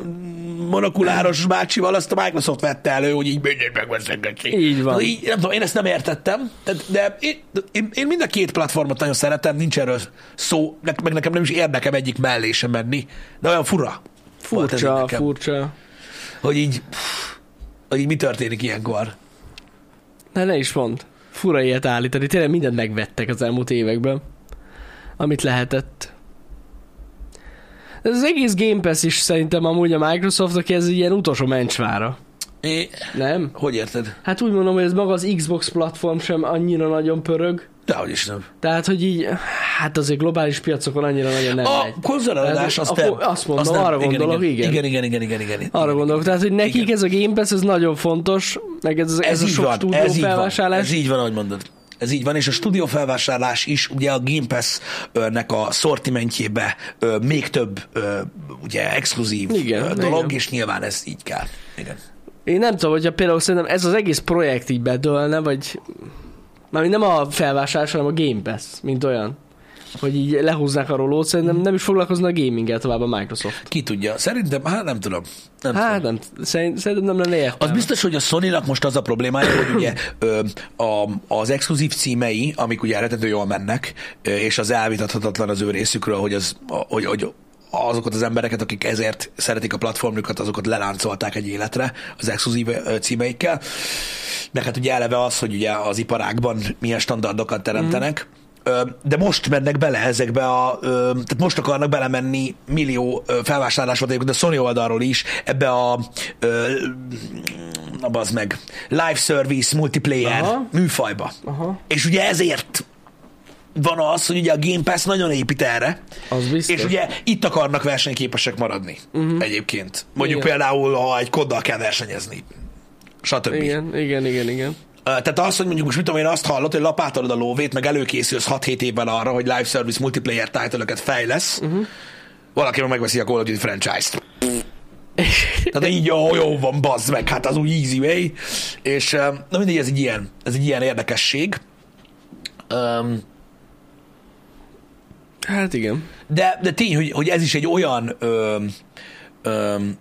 Speaker 1: monokuláros bácsival azt a Microsoft vette elő, hogy így mindent megveszegetni.
Speaker 2: Így van.
Speaker 1: Na, Így, nem tudom, én ezt nem értettem, de, de én, én, én, mind a két platformot nagyon szeretem, nincs erről szó, ne- meg nekem nem is érdekem egyik mellé sem menni, de olyan fura. volt ez így
Speaker 2: Furcsa,
Speaker 1: nekem.
Speaker 2: furcsa.
Speaker 1: hogy így, pff, hogy így mi történik ilyenkor.
Speaker 2: Ne, ne is mond. Fura ilyet állítani. Tényleg mindent megvettek az elmúlt években, amit lehetett. Ez az egész Game Pass is szerintem amúgy a Microsoftnak ez egy ilyen utolsó mencsvára.
Speaker 1: É,
Speaker 2: Nem?
Speaker 1: hogy érted?
Speaker 2: Hát úgy mondom, hogy ez maga az Xbox platform sem annyira nagyon pörög.
Speaker 1: Dehogy is nem.
Speaker 2: Tehát, hogy így, hát azért globális piacokon annyira nagyon nem
Speaker 1: a
Speaker 2: megy.
Speaker 1: konzolálás
Speaker 2: Ez-
Speaker 1: az
Speaker 2: a-
Speaker 1: nem.
Speaker 2: azt mondom, arra gondolok, igen.
Speaker 1: Igen, igen, igen, igen, igen. igen.
Speaker 2: Arra gondolok, tehát, hogy nekik
Speaker 1: Igen.
Speaker 2: ez a Game Pass, ez nagyon fontos, meg ez, ez, ez
Speaker 1: ez
Speaker 2: a
Speaker 1: így
Speaker 2: sok
Speaker 1: van,
Speaker 2: stúdió
Speaker 1: ez így van,
Speaker 2: felvásárlás.
Speaker 1: ez így van, ahogy mondod. Ez így van, és a stúdió felvásárlás is ugye a Game Pass-nek a szortimentjébe ö, még több ö, ugye exkluzív
Speaker 2: Igen,
Speaker 1: ö, dolog,
Speaker 2: igen.
Speaker 1: és nyilván ez így kell. Igen.
Speaker 2: Én nem tudom, hogyha például szerintem ez az egész projekt így bedőlne, vagy mármint nem a felvásárlás, hanem a Game Pass, mint olyan. Hogy így lehúznák a rolót, szerintem nem is foglalkozna a gaminggel tovább a Microsoft.
Speaker 1: Ki tudja? Szerintem, hát nem tudom. Nem tudom.
Speaker 2: Hát nem, szerint- szerintem nem lenne
Speaker 1: Az
Speaker 2: értelme.
Speaker 1: biztos, hogy a Sony-nak most az a problémája, hogy ugye ö, a, az exkluzív címei, amik ugye retető jól mennek, ö, és az elvitathatatlan az ő részükről, hogy, az, a- hogy, hogy azokat az embereket, akik ezért szeretik a platformjukat, azokat leláncolták egy életre az exkluzív ö, címeikkel. Meg hát ugye eleve az, hogy ugye az iparákban milyen standardokat teremtenek. Ö, De most mennek bele ezekbe a, ö, tehát most akarnak belemenni millió ö, felvásárlás volt egyébként a Sony oldalról is, ebbe a ö, na bazd meg, live service, multiplayer Aha.
Speaker 2: Aha.
Speaker 1: műfajba. Aha. És ugye ezért van az, hogy ugye a Game Pass nagyon épít erre,
Speaker 2: Az biztos.
Speaker 1: és
Speaker 2: Mhm.
Speaker 1: ugye itt akarnak versenyképesek maradni uh-huh. egyébként. Mondjuk
Speaker 2: Igen.
Speaker 1: például, ha egy koddal kell versenyezni, stb. Igen.
Speaker 2: Igen, igen, igen, igen.
Speaker 1: Tehát az, hogy mondjuk most mit tudom én azt hallott, hogy lapátolod a lóvét, meg előkészülsz 6-7 évvel arra, hogy live service multiplayer title fejlesz, uh-huh. valaki meg megveszi a Call of Duty franchise-t. Tehát így, jó, jó van, bazd meg, hát az úgy easy way. És eh, na mindegy, ez egy ilyen, ez egy ilyen érdekesség. Um,
Speaker 2: Hát igen.
Speaker 1: de, de tény, hogy, hogy ez is egy olyan öm, öm,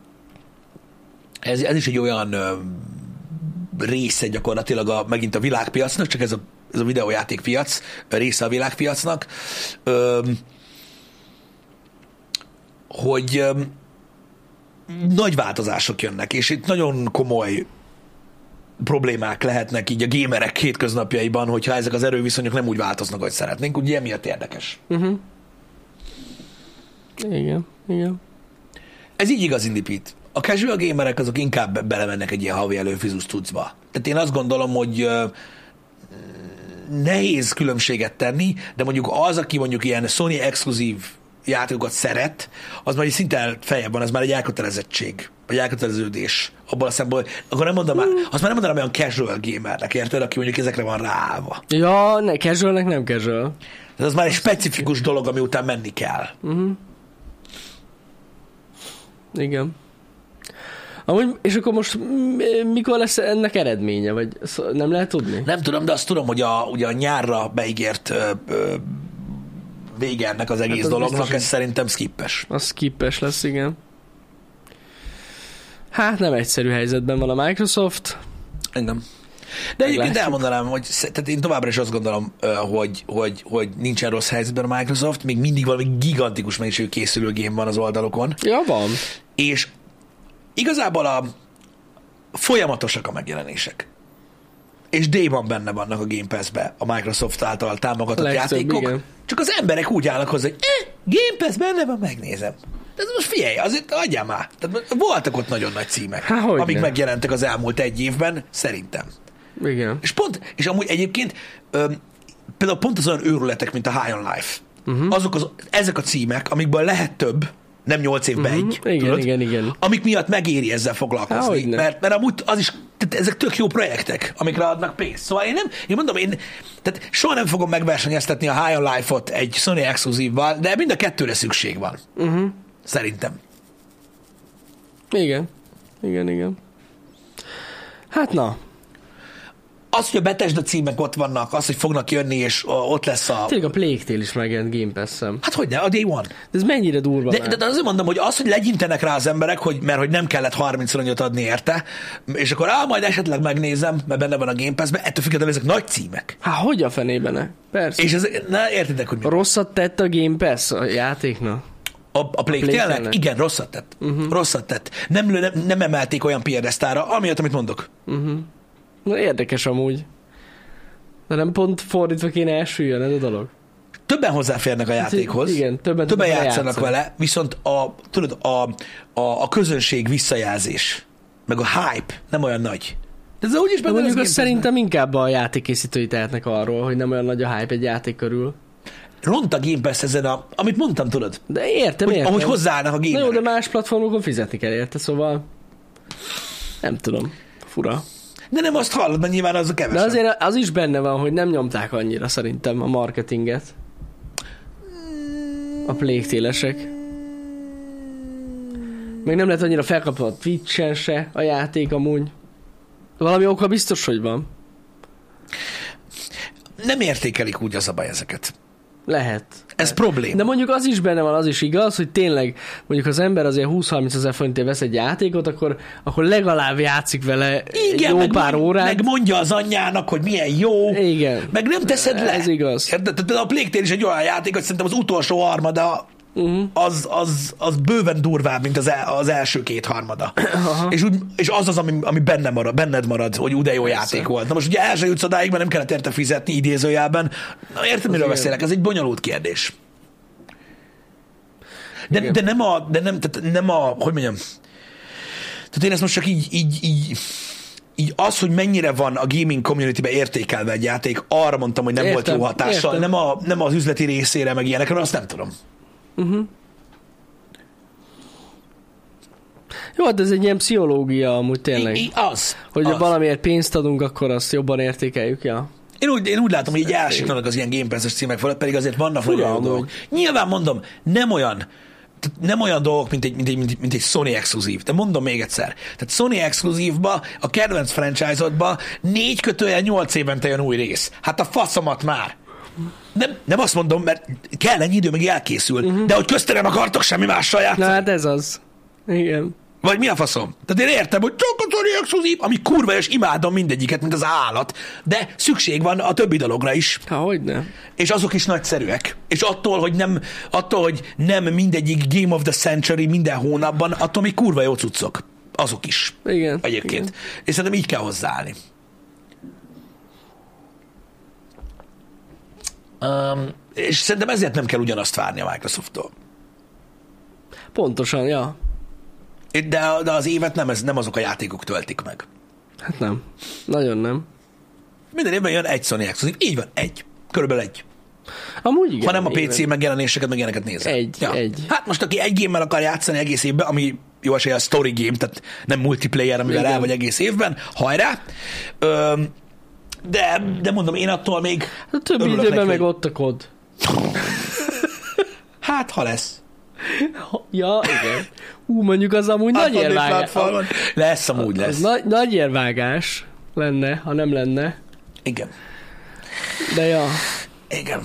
Speaker 1: ez, ez is egy olyan ö, része gyakorlatilag a, megint a világpiacnak, csak ez a, ez a videójátékpiac ö, része a világpiacnak, ö, hogy ö, nagy változások jönnek, és itt nagyon komoly problémák lehetnek így a gémerek hétköznapjaiban, hogyha ezek az erőviszonyok nem úgy változnak, ahogy szeretnénk, ugye emiatt érdekes.
Speaker 2: Mhm. Igen, igen.
Speaker 1: Ez így igaz indipít. A casual gamerek azok inkább be- belemennek egy ilyen havi előfizus cuccba. Tehát én azt gondolom, hogy ö, nehéz különbséget tenni, de mondjuk az, aki mondjuk ilyen Sony exkluzív játékokat szeret, az már így szinte feljebb van, az már egy elkötelezettség, vagy elköteleződés abban a szempontból, hogy akkor nem mondom már, azt már nem mondanám olyan casual gamernek, érted, aki mondjuk ezekre van ráállva.
Speaker 2: Ja, ne, casualnek nem casual.
Speaker 1: Ez az már egy specifikus dolog, ami után menni kell.
Speaker 2: Igen. Amúgy, és akkor most m- mikor lesz ennek eredménye, vagy szó- nem lehet tudni?
Speaker 1: Nem tudom, de azt tudom, hogy a, ugye a nyárra beígért ö, ö, vége ennek az egész
Speaker 2: az
Speaker 1: hát dolognak,
Speaker 2: biztos,
Speaker 1: ez szerintem skippes.
Speaker 2: Az skippes lesz, igen. Hát nem egyszerű helyzetben van a Microsoft.
Speaker 1: Engem. De egyébként
Speaker 2: Meglátjuk.
Speaker 1: elmondanám, hogy sz- tehát én továbbra is azt gondolom, ö, hogy, hogy, hogy nincsen rossz helyzetben a Microsoft, még mindig valami gigantikus mennyiségű készülő game van az oldalokon,
Speaker 2: Ja, van.
Speaker 1: és igazából a folyamatosak a megjelenések. És déban benne vannak a Game Pass-be a Microsoft által támogatott
Speaker 2: Legtöbb,
Speaker 1: játékok.
Speaker 2: igen.
Speaker 1: Csak az emberek úgy állnak hozzá, hogy eh, Game Pass benne van, megnézem. De most figyelj, azért adjál már. Tehát voltak ott nagyon nagy címek,
Speaker 2: Há, hogy
Speaker 1: amik
Speaker 2: ne.
Speaker 1: megjelentek az elmúlt egy évben, szerintem.
Speaker 2: Igen.
Speaker 1: És pont, és amúgy egyébként öm, például pont az olyan őrületek, mint a High on Life.
Speaker 2: Mhm.
Speaker 1: Uh-huh. Azok az, ezek a címek, amikből lehet több, nem nyolc évben uh-huh. egy,
Speaker 2: Mhm. Igen, igen, igen.
Speaker 1: amik miatt megéri ezzel
Speaker 2: Há,
Speaker 1: foglalkozni.
Speaker 2: hogyne.
Speaker 1: mert, mert amúgy az is, tehát ezek tök jó projektek, amikre adnak pénzt. Szóval én nem, én mondom, én tehát soha nem fogom megversenyeztetni a High on Life-ot egy Sony exkluzívval, de mind a kettőre szükség van. Uh-huh. Szerintem.
Speaker 2: Igen. Igen, igen. Hát na,
Speaker 1: Az, hogy a Bethesda címek ott vannak, az, hogy fognak jönni, és ö, ott lesz a...
Speaker 2: tényleg a Plague Tale is megjelent Game Pass-em.
Speaker 1: Hát hogy ne, a Day One.
Speaker 2: De ez mennyire durva
Speaker 1: De, de, de azért mondom, hogy az, hogy legyintenek rá az emberek, hogy, mert hogy nem kellett 30 ronyot adni érte, és akkor á, majd esetleg megnézem, mert benne van a Game Pass-ben, ettől függetlenül ezek nagy címek.
Speaker 2: Hát hogy a fenében ne? Persze.
Speaker 1: És ez, na, értitek, hogy mi?
Speaker 2: Rosszat tett a Game Pass a játéknak.
Speaker 1: A, a Plague
Speaker 2: Plague
Speaker 1: Tale-nek?
Speaker 2: Tale-nek.
Speaker 1: Igen, rosszat tett. Uh-huh.
Speaker 2: Mhm.
Speaker 1: Rosszat tett. Nem, lő- nem, nem emelték olyan piedesztára, amiatt, amit mondok.
Speaker 2: Na érdekes amúgy. De nem pont fordítva kéne elsüljön ez a dolog?
Speaker 1: Többen hozzáférnek a játékhoz.
Speaker 2: Hát, igen, többen
Speaker 1: többen
Speaker 2: tudnak
Speaker 1: játszanak
Speaker 2: játszani.
Speaker 1: vele, viszont a, tudod, a, a, a közönség visszajelzés, meg a hype nem olyan nagy. De ez úgyis
Speaker 2: De
Speaker 1: benne
Speaker 2: mondjuk
Speaker 1: lesz
Speaker 2: azt
Speaker 1: Game Pass-ben.
Speaker 2: szerintem inkább a játékészítői tehetnek arról, hogy nem olyan nagy a hype egy játék körül.
Speaker 1: Ront a Game Pass ezen a, amit mondtam, tudod?
Speaker 2: De értem,
Speaker 1: hogy,
Speaker 2: értem.
Speaker 1: ahogy hozzáállnak a
Speaker 2: Na
Speaker 1: gémerek.
Speaker 2: jó, de más platformokon fizetni kell érte, szóval nem tudom. Fura.
Speaker 1: de nem azt hallod, mert nyilván az a kevesebb.
Speaker 2: De azért az is benne van, hogy nem nyomták annyira szerintem a marketinget. A plégtélesek. Még nem lehet annyira felkapva a Twitch-en se a játék amúgy. Valami oka biztos, hogy van.
Speaker 1: Nem értékelik úgy az a baj ezeket.
Speaker 2: Lehet.
Speaker 1: Ez probléma.
Speaker 2: De mondjuk az is benne van, az is igaz, hogy tényleg mondjuk az ember azért 20-30 ezer forintért vesz egy játékot, akkor, akkor legalább játszik vele
Speaker 1: Igen,
Speaker 2: egy jó
Speaker 1: meg,
Speaker 2: pár
Speaker 1: mond-
Speaker 2: órát.
Speaker 1: meg mondja az anyjának, hogy milyen jó,
Speaker 2: Igen.
Speaker 1: meg nem teszed le.
Speaker 2: Ez igaz.
Speaker 1: Érted? Tehát például a Pléktér is egy olyan játék, hogy szerintem az utolsó harmada
Speaker 2: Mhm.
Speaker 1: uh-huh. az, az, az bőven durvább, mint az, el, az első két harmada. És, úgy, és az az, ami, ami benne marad, benned marad, hogy úgy de jó játék volt. Na most ugye el se jutsz odáig, mert nem kellett érte fizetni idézőjelben. Na, érted, miről
Speaker 2: igen.
Speaker 1: beszélek? Ez egy bonyolult kérdés. De, de nem a, de nem, tehát nem a, hogy mondjam, tehát én ezt most csak így, így, így, így az, hogy mennyire van a gaming community-be értékelve egy játék, arra mondtam, hogy nem
Speaker 2: Értem,
Speaker 1: volt jó hatással,
Speaker 2: értem.
Speaker 1: nem, a, nem az üzleti részére, meg ilyenekre, azt nem tudom.
Speaker 2: Jó, hát ez egy ilyen pszichológia amúgy tényleg.
Speaker 1: I, az.
Speaker 2: Hogy
Speaker 1: az.
Speaker 2: ha valamiért pénzt adunk, akkor azt jobban értékeljük, ja.
Speaker 1: Én úgy, én úgy látom, hogy így elsiklanak az ilyen Game Pass-es címek fölött, pedig azért vannak
Speaker 2: Fura
Speaker 1: nagyon jó
Speaker 2: amúgy.
Speaker 1: dolgok. Nyilván mondom, nem olyan, tehát nem olyan dolgok, mint egy, mint egy, mint egy, mint egy Sony exkluzív. De mondom még egyszer. Tehát Sony exkluzívba, a kedvenc franchise-odba négy kötőjel nyolc évente jön új rész. Hát a faszomat már. Nem, nem azt mondom, mert
Speaker 2: Mhm.
Speaker 1: kell ennyi idő, meg elkészül. Uh-huh. De hogy közte nem akartok semmi mással
Speaker 2: Na
Speaker 1: játszani.
Speaker 2: hát ez az. Igen.
Speaker 1: Vagy mi a faszom? Tehát én értem, hogy csak a Sony Exclusive, ami kurva, és imádom mindegyiket, mint az állat, de szükség van a többi dologra is,
Speaker 2: Há, hogy ne?
Speaker 1: és azok is nagyszerűek. És attól, hogy nem, attól, hogy nem mindegyik Game of the Century minden hónapban, attól még kurva jó cuccok. Azok is.
Speaker 2: Igen.
Speaker 1: Egyébként.
Speaker 2: Igen.
Speaker 1: És szerintem így kell hozzáállni. Um, és szerintem ezért nem kell ugyanazt várni a Microsofttól.
Speaker 2: Pontosan, ja.
Speaker 1: De, de az évet nem, ez, nem azok a játékok töltik meg.
Speaker 2: Hát nem. Nagyon nem.
Speaker 1: Minden évben jön egy Sony Exclusive. Így van, egy. Körülbelül egy.
Speaker 2: Amúgy igen.
Speaker 1: Ha nem a
Speaker 2: igen.
Speaker 1: PC megjelenéseket, meg ilyeneket nézel.
Speaker 2: Egy, egy.
Speaker 1: Hát most aki egy gémmel akar játszani egész évben, ami jó esélye a story game, tehát nem multiplayer, amivel
Speaker 2: Igen.
Speaker 1: el vagy egész évben, hajrá! Öm, de, de mondom, én attól még
Speaker 2: A többi
Speaker 1: örülök
Speaker 2: Hát időben
Speaker 1: neki,
Speaker 2: meg
Speaker 1: hogy-
Speaker 2: ott a kod.
Speaker 1: Hát, ha lesz.
Speaker 2: Ha- Ja, igen. Ú, mondjuk az amúgy
Speaker 1: Hát,
Speaker 2: nagy
Speaker 1: van egy
Speaker 2: érvágás.
Speaker 1: platformon. Lesz, amúgy
Speaker 2: Az
Speaker 1: lesz.
Speaker 2: nagy, nagy érvágás lenne, ha nem lenne.
Speaker 1: Igen.
Speaker 2: De ja,
Speaker 1: Igen.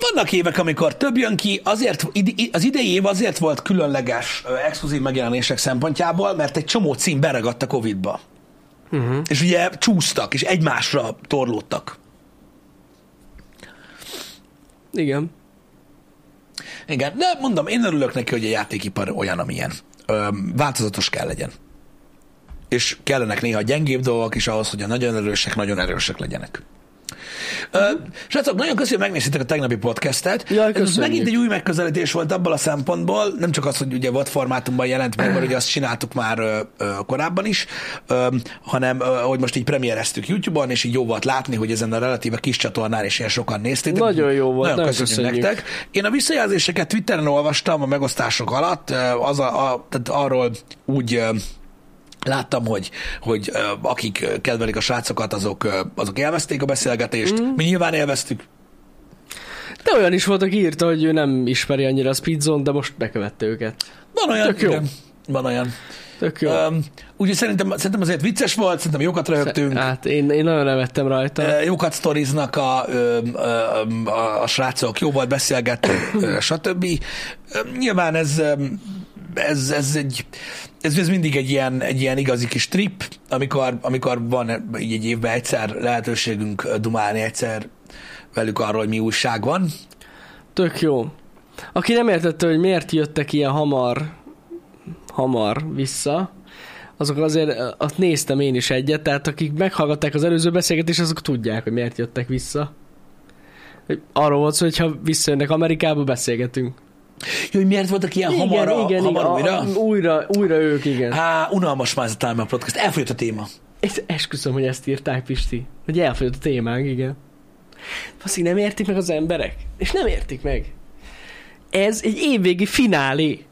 Speaker 1: Vannak évek, amikor több jön ki, azért, id- az idei év azért volt különleges ö, exkluzív megjelenések szempontjából, mert egy csomó cím beragadt a Covid-ba. Uh-huh. És ugye csúsztak, és egymásra torlódtak.
Speaker 2: igen.
Speaker 1: Igen, de mondom, én örülök neki, hogy a játékipar olyan, amilyen. Ö, változatos kell legyen. És kellenek néha gyengébb dolgok is ahhoz, hogy a nagyon erősek nagyon erősek legyenek. Ö, srácok, nagyon köszönöm, hogy megnéztétek a tegnapi podcastet.
Speaker 2: Mhm. Jaj,
Speaker 1: Ez
Speaker 2: köszönjük.
Speaker 1: megint egy új megközelítés volt abból a szempontból, nem csak az, hogy ugye vad formátumban jelent meg, mert ugye azt csináltuk már ö, ö, korábban is, ö, hanem ö, hogy most így premiereztük YouTube-on, és így jó volt látni, hogy ezen a relatíve kis csatornán is ilyen sokan néztétek.
Speaker 2: Nagyon jó volt,
Speaker 1: nagyon
Speaker 2: nagyon
Speaker 1: köszönjük,
Speaker 2: köszönjük.
Speaker 1: nektek jöttek. Én a visszajelzéseket Twitteren olvastam a megosztások alatt, ö, az a, a, tehát arról úgy ö, láttam, hogy, hogy ö, akik ö, kedvelik a srácokat, azok, ö, azok élvezték a beszélgetést. Mm. Mi nyilván élveztük.
Speaker 2: De olyan is volt, aki írta, hogy ő nem ismeri annyira a speedzone, de most bekövette őket.
Speaker 1: Van olyan.
Speaker 2: Tök jó.
Speaker 1: igen, Van olyan.
Speaker 2: Tök jó.
Speaker 1: Öm, Úgyhogy szerintem, szerintem azért vicces volt, szerintem jókat röhögtünk.
Speaker 2: Hát én, én nagyon nevettem rajta.
Speaker 1: Ö, jókat sztoriznak a, ö, ö, ö, a, a srácok, jó volt beszélgettünk, ö, stb. Ö, Nyilván ez, ö, ez, ez egy ez, ez mindig egy ilyen, egy ilyen igazi kis trip, amikor, amikor van így egy évben egyszer lehetőségünk ö, dumálni egyszer velük arról, hogy mi újság van.
Speaker 2: Tök jó. Aki nem értette, hogy miért jöttek ilyen hamar, hamar vissza, azok azért, ö, azt néztem én is egyet, tehát akik meghallgatták az előző beszélgetést, azok tudják, hogy miért jöttek vissza. Hogy Arról volt szó, hogy ha visszajönnek Amerikába, beszélgetünk.
Speaker 1: Jó, hogy miért voltak ilyen igen, hamar, igen, igen, hamar igen, újra?
Speaker 2: A, újra, újra ők, igen. Hát.
Speaker 1: Á, unalmas már ez a Time Out Podcast. Elfogyott a téma.
Speaker 2: Esküszöm, hogy ezt írták, Pisti. Hogy elfogyott a témánk, igen. Faszik, nem értik meg az emberek. És nem értik meg. Ez egy évvégi finálé.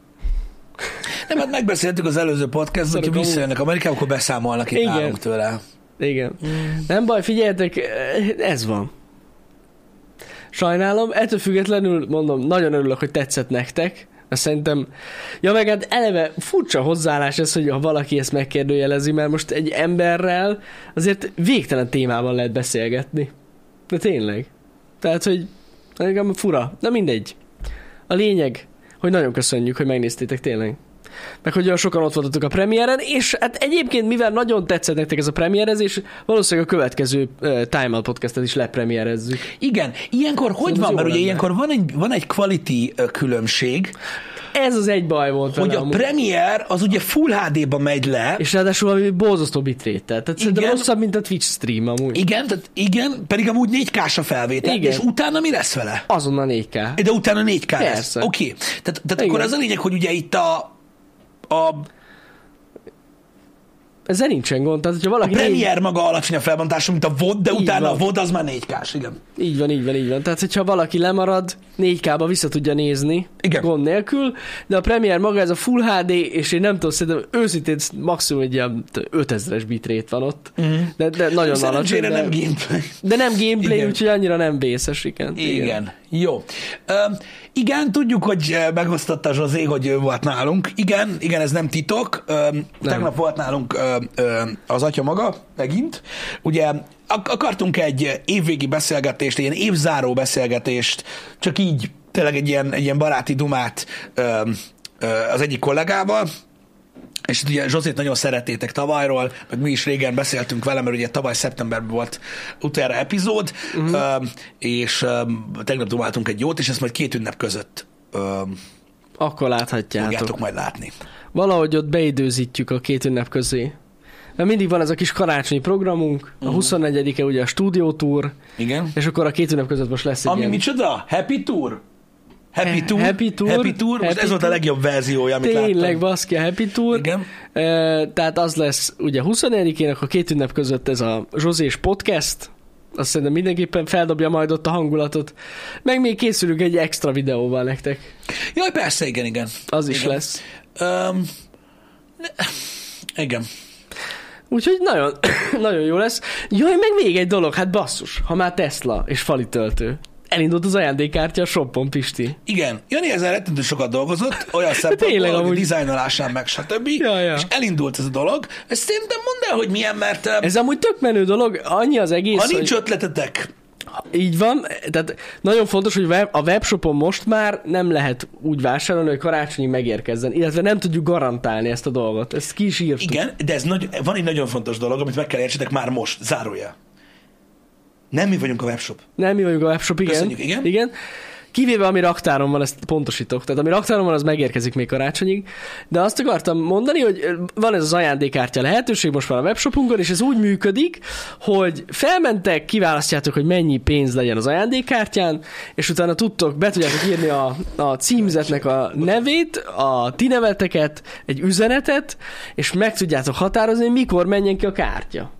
Speaker 1: Nem, hát megbeszéltük az előző podcastban, hogy
Speaker 2: Szarok a
Speaker 1: visszajönnek Amerikába, akkor beszámolnak itt
Speaker 2: Igen.
Speaker 1: nálunk tőle.
Speaker 2: Igen. Nem baj, figyeljetek, ez van. Sajnálom, ettől függetlenül mondom, nagyon örülök, hogy tetszett nektek. Mert szerintem, ja meg hát eleve furcsa hozzáállás ez, hogy ha valaki ezt megkérdőjelezi, mert most egy emberrel azért végtelen témában lehet beszélgetni. De tényleg. Tehát, hogy engem fura. Na mindegy. A lényeg, hogy nagyon köszönjük, hogy megnéztétek tényleg. Meg hogy olyan sokan ott voltatok a premiéren, és hát egyébként, mivel nagyon tetszett nektek ez a premierezés, valószínűleg a következő uh, Time Out podcastet is lepremierezzük.
Speaker 1: Igen, ilyenkor hogy
Speaker 2: Szerintem
Speaker 1: van,
Speaker 2: ez
Speaker 1: mert
Speaker 2: jó
Speaker 1: ugye
Speaker 2: lenne.
Speaker 1: ilyenkor van egy, van egy quality ö, különbség,
Speaker 2: Ez az egy baj volt
Speaker 1: hogy
Speaker 2: vele
Speaker 1: a
Speaker 2: amúgy.
Speaker 1: premier az ugye full HD-ba megy le,
Speaker 2: És ráadásul valami borzasztó bitrate tehát szerintem
Speaker 1: Igen.
Speaker 2: rosszabb, mint a Twitch stream amúgy.
Speaker 1: igen, tehát igen, pedig amúgy 4K-s a felvétel,
Speaker 2: Igen.
Speaker 1: és utána mi lesz vele?
Speaker 2: Azonnal 4K.
Speaker 1: De utána 4K lesz.
Speaker 2: Persze.
Speaker 1: Oké, okay. tehát, tehát
Speaker 2: Igen.
Speaker 1: akkor az a lényeg, hogy ugye itt a, a
Speaker 2: Ezzel nincsen gond, tehát hogyha valaki... négy-
Speaker 1: premier maga alacsony a felbontású, mint a VOD, de
Speaker 2: Így
Speaker 1: utána
Speaker 2: van.
Speaker 1: a VOD az már 4K-s, igen.
Speaker 2: Így van, így van, így van. Tehát, hogyha valaki lemarad, 4K-ba vissza tudja nézni,
Speaker 1: Igen.
Speaker 2: gond nélkül, de a premier maga ez a Full HD, és én nem tudom, szerintem őszintén maximum egy ilyen 5000-es bitrate van ott, mm. de, de nagyon alacsony.
Speaker 1: Szerencsére
Speaker 2: De,
Speaker 1: Mhm. nem
Speaker 2: nem...
Speaker 1: gameplay.
Speaker 2: de nem gameplay,
Speaker 1: Igen.
Speaker 2: úgyhogy annyira nem vészes, igen.
Speaker 1: Igen, jó. Öm, igen, tudjuk, hogy ö, megosztotta Zsozé, hogy ő volt nálunk. Igen, igen, ez nem titok. Öm, Tegnap volt nálunk ö, ö, az atya maga, megint. Ugye ak- akartunk egy évvégi beszélgetést, egy ilyen évzáró beszélgetést, csak így tényleg egy ilyen, egy ilyen baráti dumát öm, ö, az egyik kollégával, És ugye Zsozét nagyon szeretétek tavalyról, meg mi is régen beszéltünk vele, mert ugye tavaly szeptemberben volt utána epizód, uh-huh. és öm, tegnap dumáltunk egy jót, és ezt majd két ünnep között öm,
Speaker 2: Akkor láthatjátok.
Speaker 1: fogjátok majd látni.
Speaker 2: Valahogy ott beidőzítjük a két ünnep közé. Mert mindig van ez a kis karácsonyi programunk,
Speaker 1: Mhm.
Speaker 2: a 24-e ugye a stúdiótúr,
Speaker 1: Igen.
Speaker 2: és akkor a két ünnep között most lesz egy
Speaker 1: Ami
Speaker 2: ilyen.
Speaker 1: micsoda? Happy Tour? Happy
Speaker 2: He-
Speaker 1: Tour?
Speaker 2: Happy Tour,
Speaker 1: Happy Tour? Most
Speaker 2: Happy
Speaker 1: ez volt a
Speaker 2: Tour.
Speaker 1: legjobb verziója, amit
Speaker 2: Tényleg
Speaker 1: láttam.
Speaker 2: baszki a Happy Tour.
Speaker 1: Igen.
Speaker 2: Ö, tehát az lesz ugye 24-én, akkor két ünnep között ez a Zsozés podcast. Azt szerintem mindenképpen feldobja majd ott a hangulatot. Meg még készülünk egy extra videóval nektek.
Speaker 1: Jaj, persze, igen, igen.
Speaker 2: Az is
Speaker 1: Igen.
Speaker 2: lesz.
Speaker 1: Um, igen.
Speaker 2: Úgyhogy nagyon, nagyon jó lesz. Jaj, meg még egy dolog, hát basszus, ha már Tesla és fali töltő. Elindult az ajándékkártya a shoppon, Pisti.
Speaker 1: Igen, Jani ezen rettentő sokat dolgozott, olyan szempontból,
Speaker 2: Tényleg
Speaker 1: hogy a
Speaker 2: amúgy.
Speaker 1: dizájnolásán meg, stb.
Speaker 2: Ja, ja.
Speaker 1: És elindult ez a dolog. Ezt szerintem mondd el, hogy milyen, mert ez,
Speaker 2: Ez amúgy tök menő dolog, annyi az egész,
Speaker 1: ha
Speaker 2: hogy-
Speaker 1: nincs ötletetek,
Speaker 2: Így van, tehát nagyon fontos, hogy web- a webshopon most már nem lehet úgy vásárolni, hogy karácsonyig megérkezzen, illetve nem tudjuk garantálni ezt a dolgot. Ezt ki is írtuk.
Speaker 1: igen, de ez nagy, van egy nagyon fontos dolog, amit meg kell értsetek már most, zárója. Nem mi vagyunk a webshop.
Speaker 2: Nem mi vagyunk a webshop, igen.
Speaker 1: Köszönjük, igen.
Speaker 2: igen. Kivéve ami raktáron van, ezt pontosítok. Tehát ami raktáron van, az megérkezik még karácsonyig. De azt akartam mondani, hogy ö, van ez az ajándékkártya lehetőség most már a webshopunkon, és ez úgy működik, hogy felmentek, kiválasztjátok, hogy mennyi pénz legyen az ajándékkártyán, és utána tudtok, be tudjátok írni a, a címzetnek a nevét, a ti neveteket, egy üzenetet, és meg tudjátok határozni, hogy mikor menjen ki a kártya.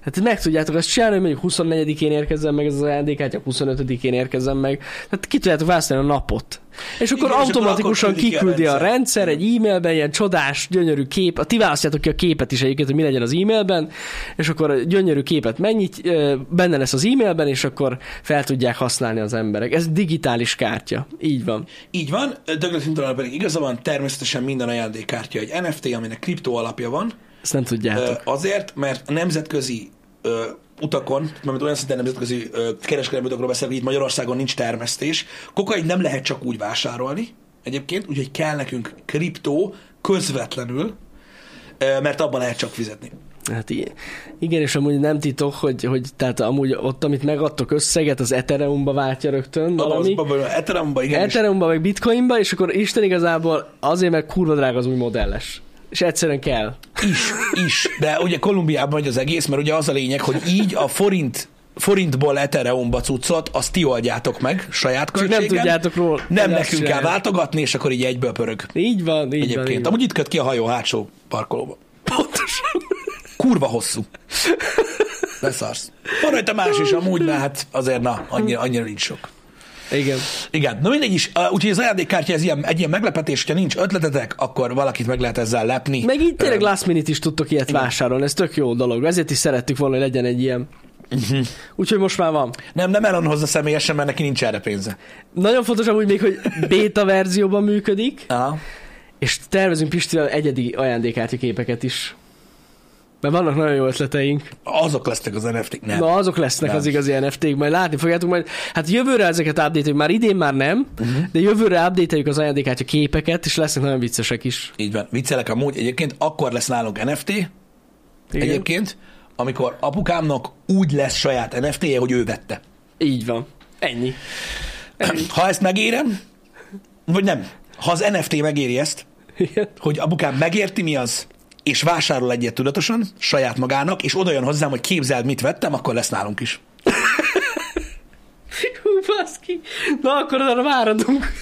Speaker 2: Hát meg tudjátok azt csinálni, hogy mondjuk 24-én érkezzen meg ez az ajándékát, vagy 25-én érkezzen meg. Tehát ki tudjátok választani a napot. És akkor
Speaker 1: Igen, és akkor
Speaker 2: automatikusan
Speaker 1: akkor küldi ki a
Speaker 2: kiküldi a
Speaker 1: rendszer.
Speaker 2: rendszer egy e-mailben ilyen csodás, gyönyörű kép. A ti választjátok ki a képet is egyébként, hogy mi legyen az e-mailben, és akkor a gyönyörű képet mennyit ö, benne lesz az e-mailben, és akkor fel tudják használni az emberek. Ez digitális kártya. Így van.
Speaker 1: Így van, Douglas Hintonal pedig igaza van, természetesen minden ajándékkártya egy NFT, aminek kriptó alapja van,
Speaker 2: Ezt nem
Speaker 1: Ö,
Speaker 2: tudjátok.
Speaker 1: Azért, mert a nemzetközi ö, utakon, mert olyan szinten nemzetközi ö, kereskedelmi utakról beszélünk, hogy itt Magyarországon nincs termesztés, kokain nem lehet csak úgy vásárolni egyébként, úgyhogy kell nekünk kriptó közvetlenül, ö, mert abban lehet csak fizetni.
Speaker 2: Hát i- igen, és amúgy nem titok, hogy, hogy tehát amúgy ott, amit megadtok összeget, az Ethereumba váltja rögtön valami.
Speaker 1: Abban az Ethereumban, igen, és
Speaker 2: Ethereumba, meg Bitcoinba, és akkor Isten igazából azért, mert kurva drága az új modelles. És egyszerűen kell.
Speaker 1: is, is, de ugye Kolumbiában vagy az egész, mert ugye az a lényeg, hogy így a forint forintból Ethereumba cuccot, azt ti oldjátok meg saját
Speaker 2: nem
Speaker 1: költségen.
Speaker 2: tudjátok róla, hogy
Speaker 1: Nem
Speaker 2: azt
Speaker 1: nekünk kell
Speaker 2: csinálják.
Speaker 1: váltogatni, és akkor így egyből pörög.
Speaker 2: Így van, így van. Így
Speaker 1: Egyébként.
Speaker 2: van.
Speaker 1: Amúgy itt köt ki a hajó hátsó parkolóba.
Speaker 2: Pontosan.
Speaker 1: Kurva hosszú. Leszarsz. Van rajta más is amúgy, de hát azért na, annyira, annyira nincs sok.
Speaker 2: Igen.
Speaker 1: Igen, na mindegy is. Uh, Úgyhogy az ajándékkártya ez ilyen, egy ilyen meglepetés, hogyha nincs ötletetek, akkor valakit meg lehet ezzel lepni.
Speaker 2: Meg így tényleg last minute is tudtok ilyet Igen. vásárolni, ez tök jó dolog. Ezért is szerettük volna, hogy legyen egy ilyen. Úgyhogy most már van.
Speaker 1: Nem, nem Elon hozza személyesen, mert neki nincs erre pénze.
Speaker 2: Nagyon fontos amúgy még, hogy beta verzióban működik.
Speaker 1: Aha.
Speaker 2: És tervezünk Pistivel egyedi ajándékártya képeket is. Mert vannak nagyon jó ötleteink.
Speaker 1: Azok lesznek az NFT-k. Nem.
Speaker 2: Na, azok lesznek
Speaker 1: Nem.
Speaker 2: nem. az igazi NFT-k, majd látni fogjátok majd. Hát jövőre ezeket update már idén már nem,
Speaker 1: Mhm.
Speaker 2: uh-huh. de jövőre update az ajándékártya képeket, és lesznek nagyon viccesek is.
Speaker 1: Így van. Viccelek amúgy. Egyébként akkor lesz nálunk NFT,
Speaker 2: Igen?
Speaker 1: egyébként, amikor apukámnak úgy lesz saját NFT-je, hogy ő vette.
Speaker 2: Így van. Ennyi.
Speaker 1: Ha ezt megérem, vagy nem, ha az NFT megéri ezt,
Speaker 2: Igen.
Speaker 1: hogy apukám megérti mi az, és vásárol egyet tudatosan, saját magának, és oda jön hozzám, hogy képzeld, mit vettem, akkor lesz nálunk is.
Speaker 2: Hú, baszki. Na, akkor arra váradunk.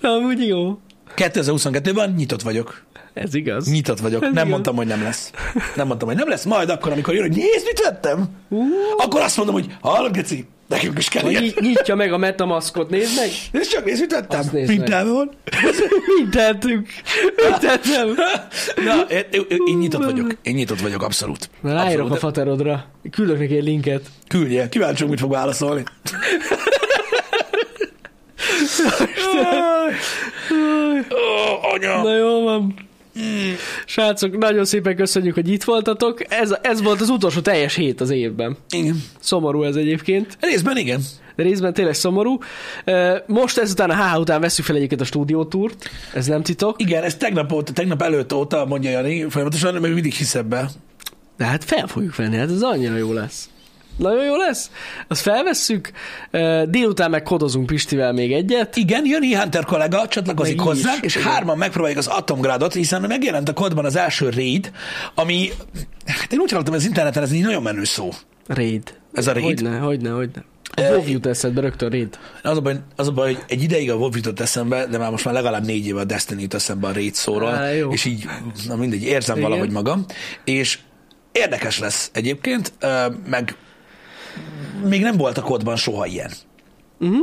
Speaker 2: Na, amúgy jó.
Speaker 1: 2022-ben nyitott vagyok.
Speaker 2: Ez igaz.
Speaker 1: Nyitott vagyok.
Speaker 2: Ez
Speaker 1: Nem
Speaker 2: igen.
Speaker 1: mondtam, hogy nem lesz. Nem mondtam, hogy nem lesz. Majd akkor, amikor jön, hogy nézd, mit vettem, akkor azt mondom, hogy hallod, Geci, nekünk is kell
Speaker 2: Vagy
Speaker 1: ilyen.
Speaker 2: így nyitja meg a metamaskot, nézd meg.
Speaker 1: És csak nézd, mit vettem.
Speaker 2: Azt nézd meg.
Speaker 1: Pintában van.
Speaker 2: Mit tettünk? Mit tettem?
Speaker 1: Na, én, én- én nyitott vagyok. Én nyitott vagyok, abszolút.
Speaker 2: Na, ráírok
Speaker 1: Abszolút.
Speaker 2: a faterodra. Küldök neki egy linket.
Speaker 1: Küldje, kíváncsi, vagyok, mit fog válaszolni. Ó, anya.
Speaker 2: Na jó van. Srácok, nagyon szépen köszönjük, hogy itt voltatok. Ez, ez volt az utolsó teljes hét az évben.
Speaker 1: Igen.
Speaker 2: Szomorú ez egyébként.
Speaker 1: Részben igen.
Speaker 2: de részben tényleg szomorú. Ö, Most ezután a HH után veszük fel egyiket a stúdiótúrt, ez nem titok.
Speaker 1: Igen, ez tegnap, óta, tegnap előtt óta mondja Jani, folyamatosan, mert mindig hisz ebbe.
Speaker 2: De hát fel fogjuk venni, hát ez annyira jó lesz. Nagyon jó lesz. Azt felvesszük, ö, délután meg kodozunk Pistivel még egyet.
Speaker 1: Igen, Jani Hunter kollega csatlakozik
Speaker 2: Meg így
Speaker 1: hozzá,
Speaker 2: is,
Speaker 1: és
Speaker 2: igen.
Speaker 1: hárman megpróbáljuk az Atomgrádot, hiszen megjelent a kodban az első raid, ami, hát én úgy hallottam az interneten, ez egy nagyon menő szó.
Speaker 2: Raid.
Speaker 1: Ez a raid.
Speaker 2: Hogyne, hogyne, hogyne.
Speaker 1: Ö,
Speaker 2: A WoW jut eszedbe rögtön raid.
Speaker 1: Az a, baj, az a baj, hogy egy ideig a WoW jutott eszembe, de már most már legalább négy éve a Destiny jut eszembe a Raid szóról,
Speaker 2: Á, jó.
Speaker 1: és így, na mindegy, érzem
Speaker 2: Igen.
Speaker 1: valahogy magam, és érdekes lesz egyébként, ö, meg még nem volt a kódban soha ilyen. Uh-huh.
Speaker 2: Mhm.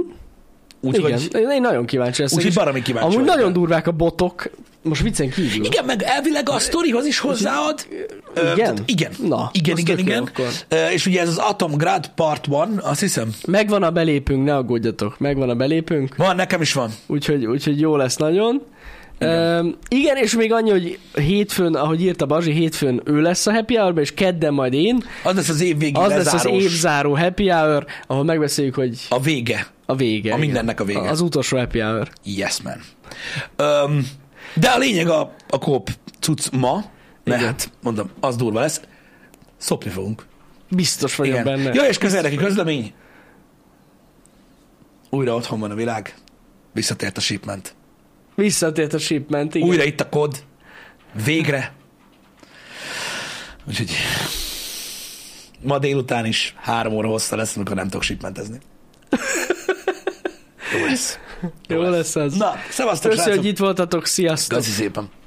Speaker 2: Igen,
Speaker 1: Úgyhogy
Speaker 2: én én nagyon kíváncsi leszek.
Speaker 1: Úgyhogy
Speaker 2: és
Speaker 1: baromi kíváncsi
Speaker 2: Amúgy
Speaker 1: vagyok.
Speaker 2: nagyon durvák a botok, most viccen kívül.
Speaker 1: igen, meg elvileg a sztorihoz is hozzáad. Ö,
Speaker 2: Igen?
Speaker 1: tehát igen,
Speaker 2: Na,
Speaker 1: igen,
Speaker 2: az
Speaker 1: igen.
Speaker 2: tök jó
Speaker 1: igen.
Speaker 2: akkor.
Speaker 1: Ö, És ugye ez az Atom Grad Part 1, azt hiszem.
Speaker 2: Megvan a belépünk, ne aggódjatok, megvan a belépünk,
Speaker 1: Van, nekem is van.
Speaker 2: úgyhogy, úgyhogy jó lesz nagyon. Igen. igen, és még annyi, hogy hétfőn, ahogy írta Bazsi, hétfőn ő lesz a happy hour és kedden majd én.
Speaker 1: Az lesz az év végig
Speaker 2: Az lesz az
Speaker 1: lezárós.
Speaker 2: évzáró happy hour, ahol megbeszéljük, hogy
Speaker 1: A vége.
Speaker 2: a vége.
Speaker 1: A
Speaker 2: igen.
Speaker 1: mindennek a vége.
Speaker 2: Az utolsó happy hour.
Speaker 1: Yes, man. Um, de a lényeg a, a kóp cucc ma, mert
Speaker 2: Igen.
Speaker 1: hát, mondom, az durva lesz. Szopni fogunk.
Speaker 2: Biztos vagyok
Speaker 1: Igen.
Speaker 2: benne.
Speaker 1: Ja, és közelreki közlemény. Újra otthon van a világ. Visszatért a shipment.
Speaker 2: Visszatért a shipment, igen.
Speaker 1: Igen. Újra itt a kod. Végre. Úgyhogy ma délután is három óra hossza lesz, amikor nem tudok shipmentezni. Jó lesz.
Speaker 2: Jó lesz az.
Speaker 1: Na, szevasztok,
Speaker 2: Köszi,
Speaker 1: srácok.
Speaker 2: hogy itt voltatok, sziasztok!
Speaker 1: Köszi szépen.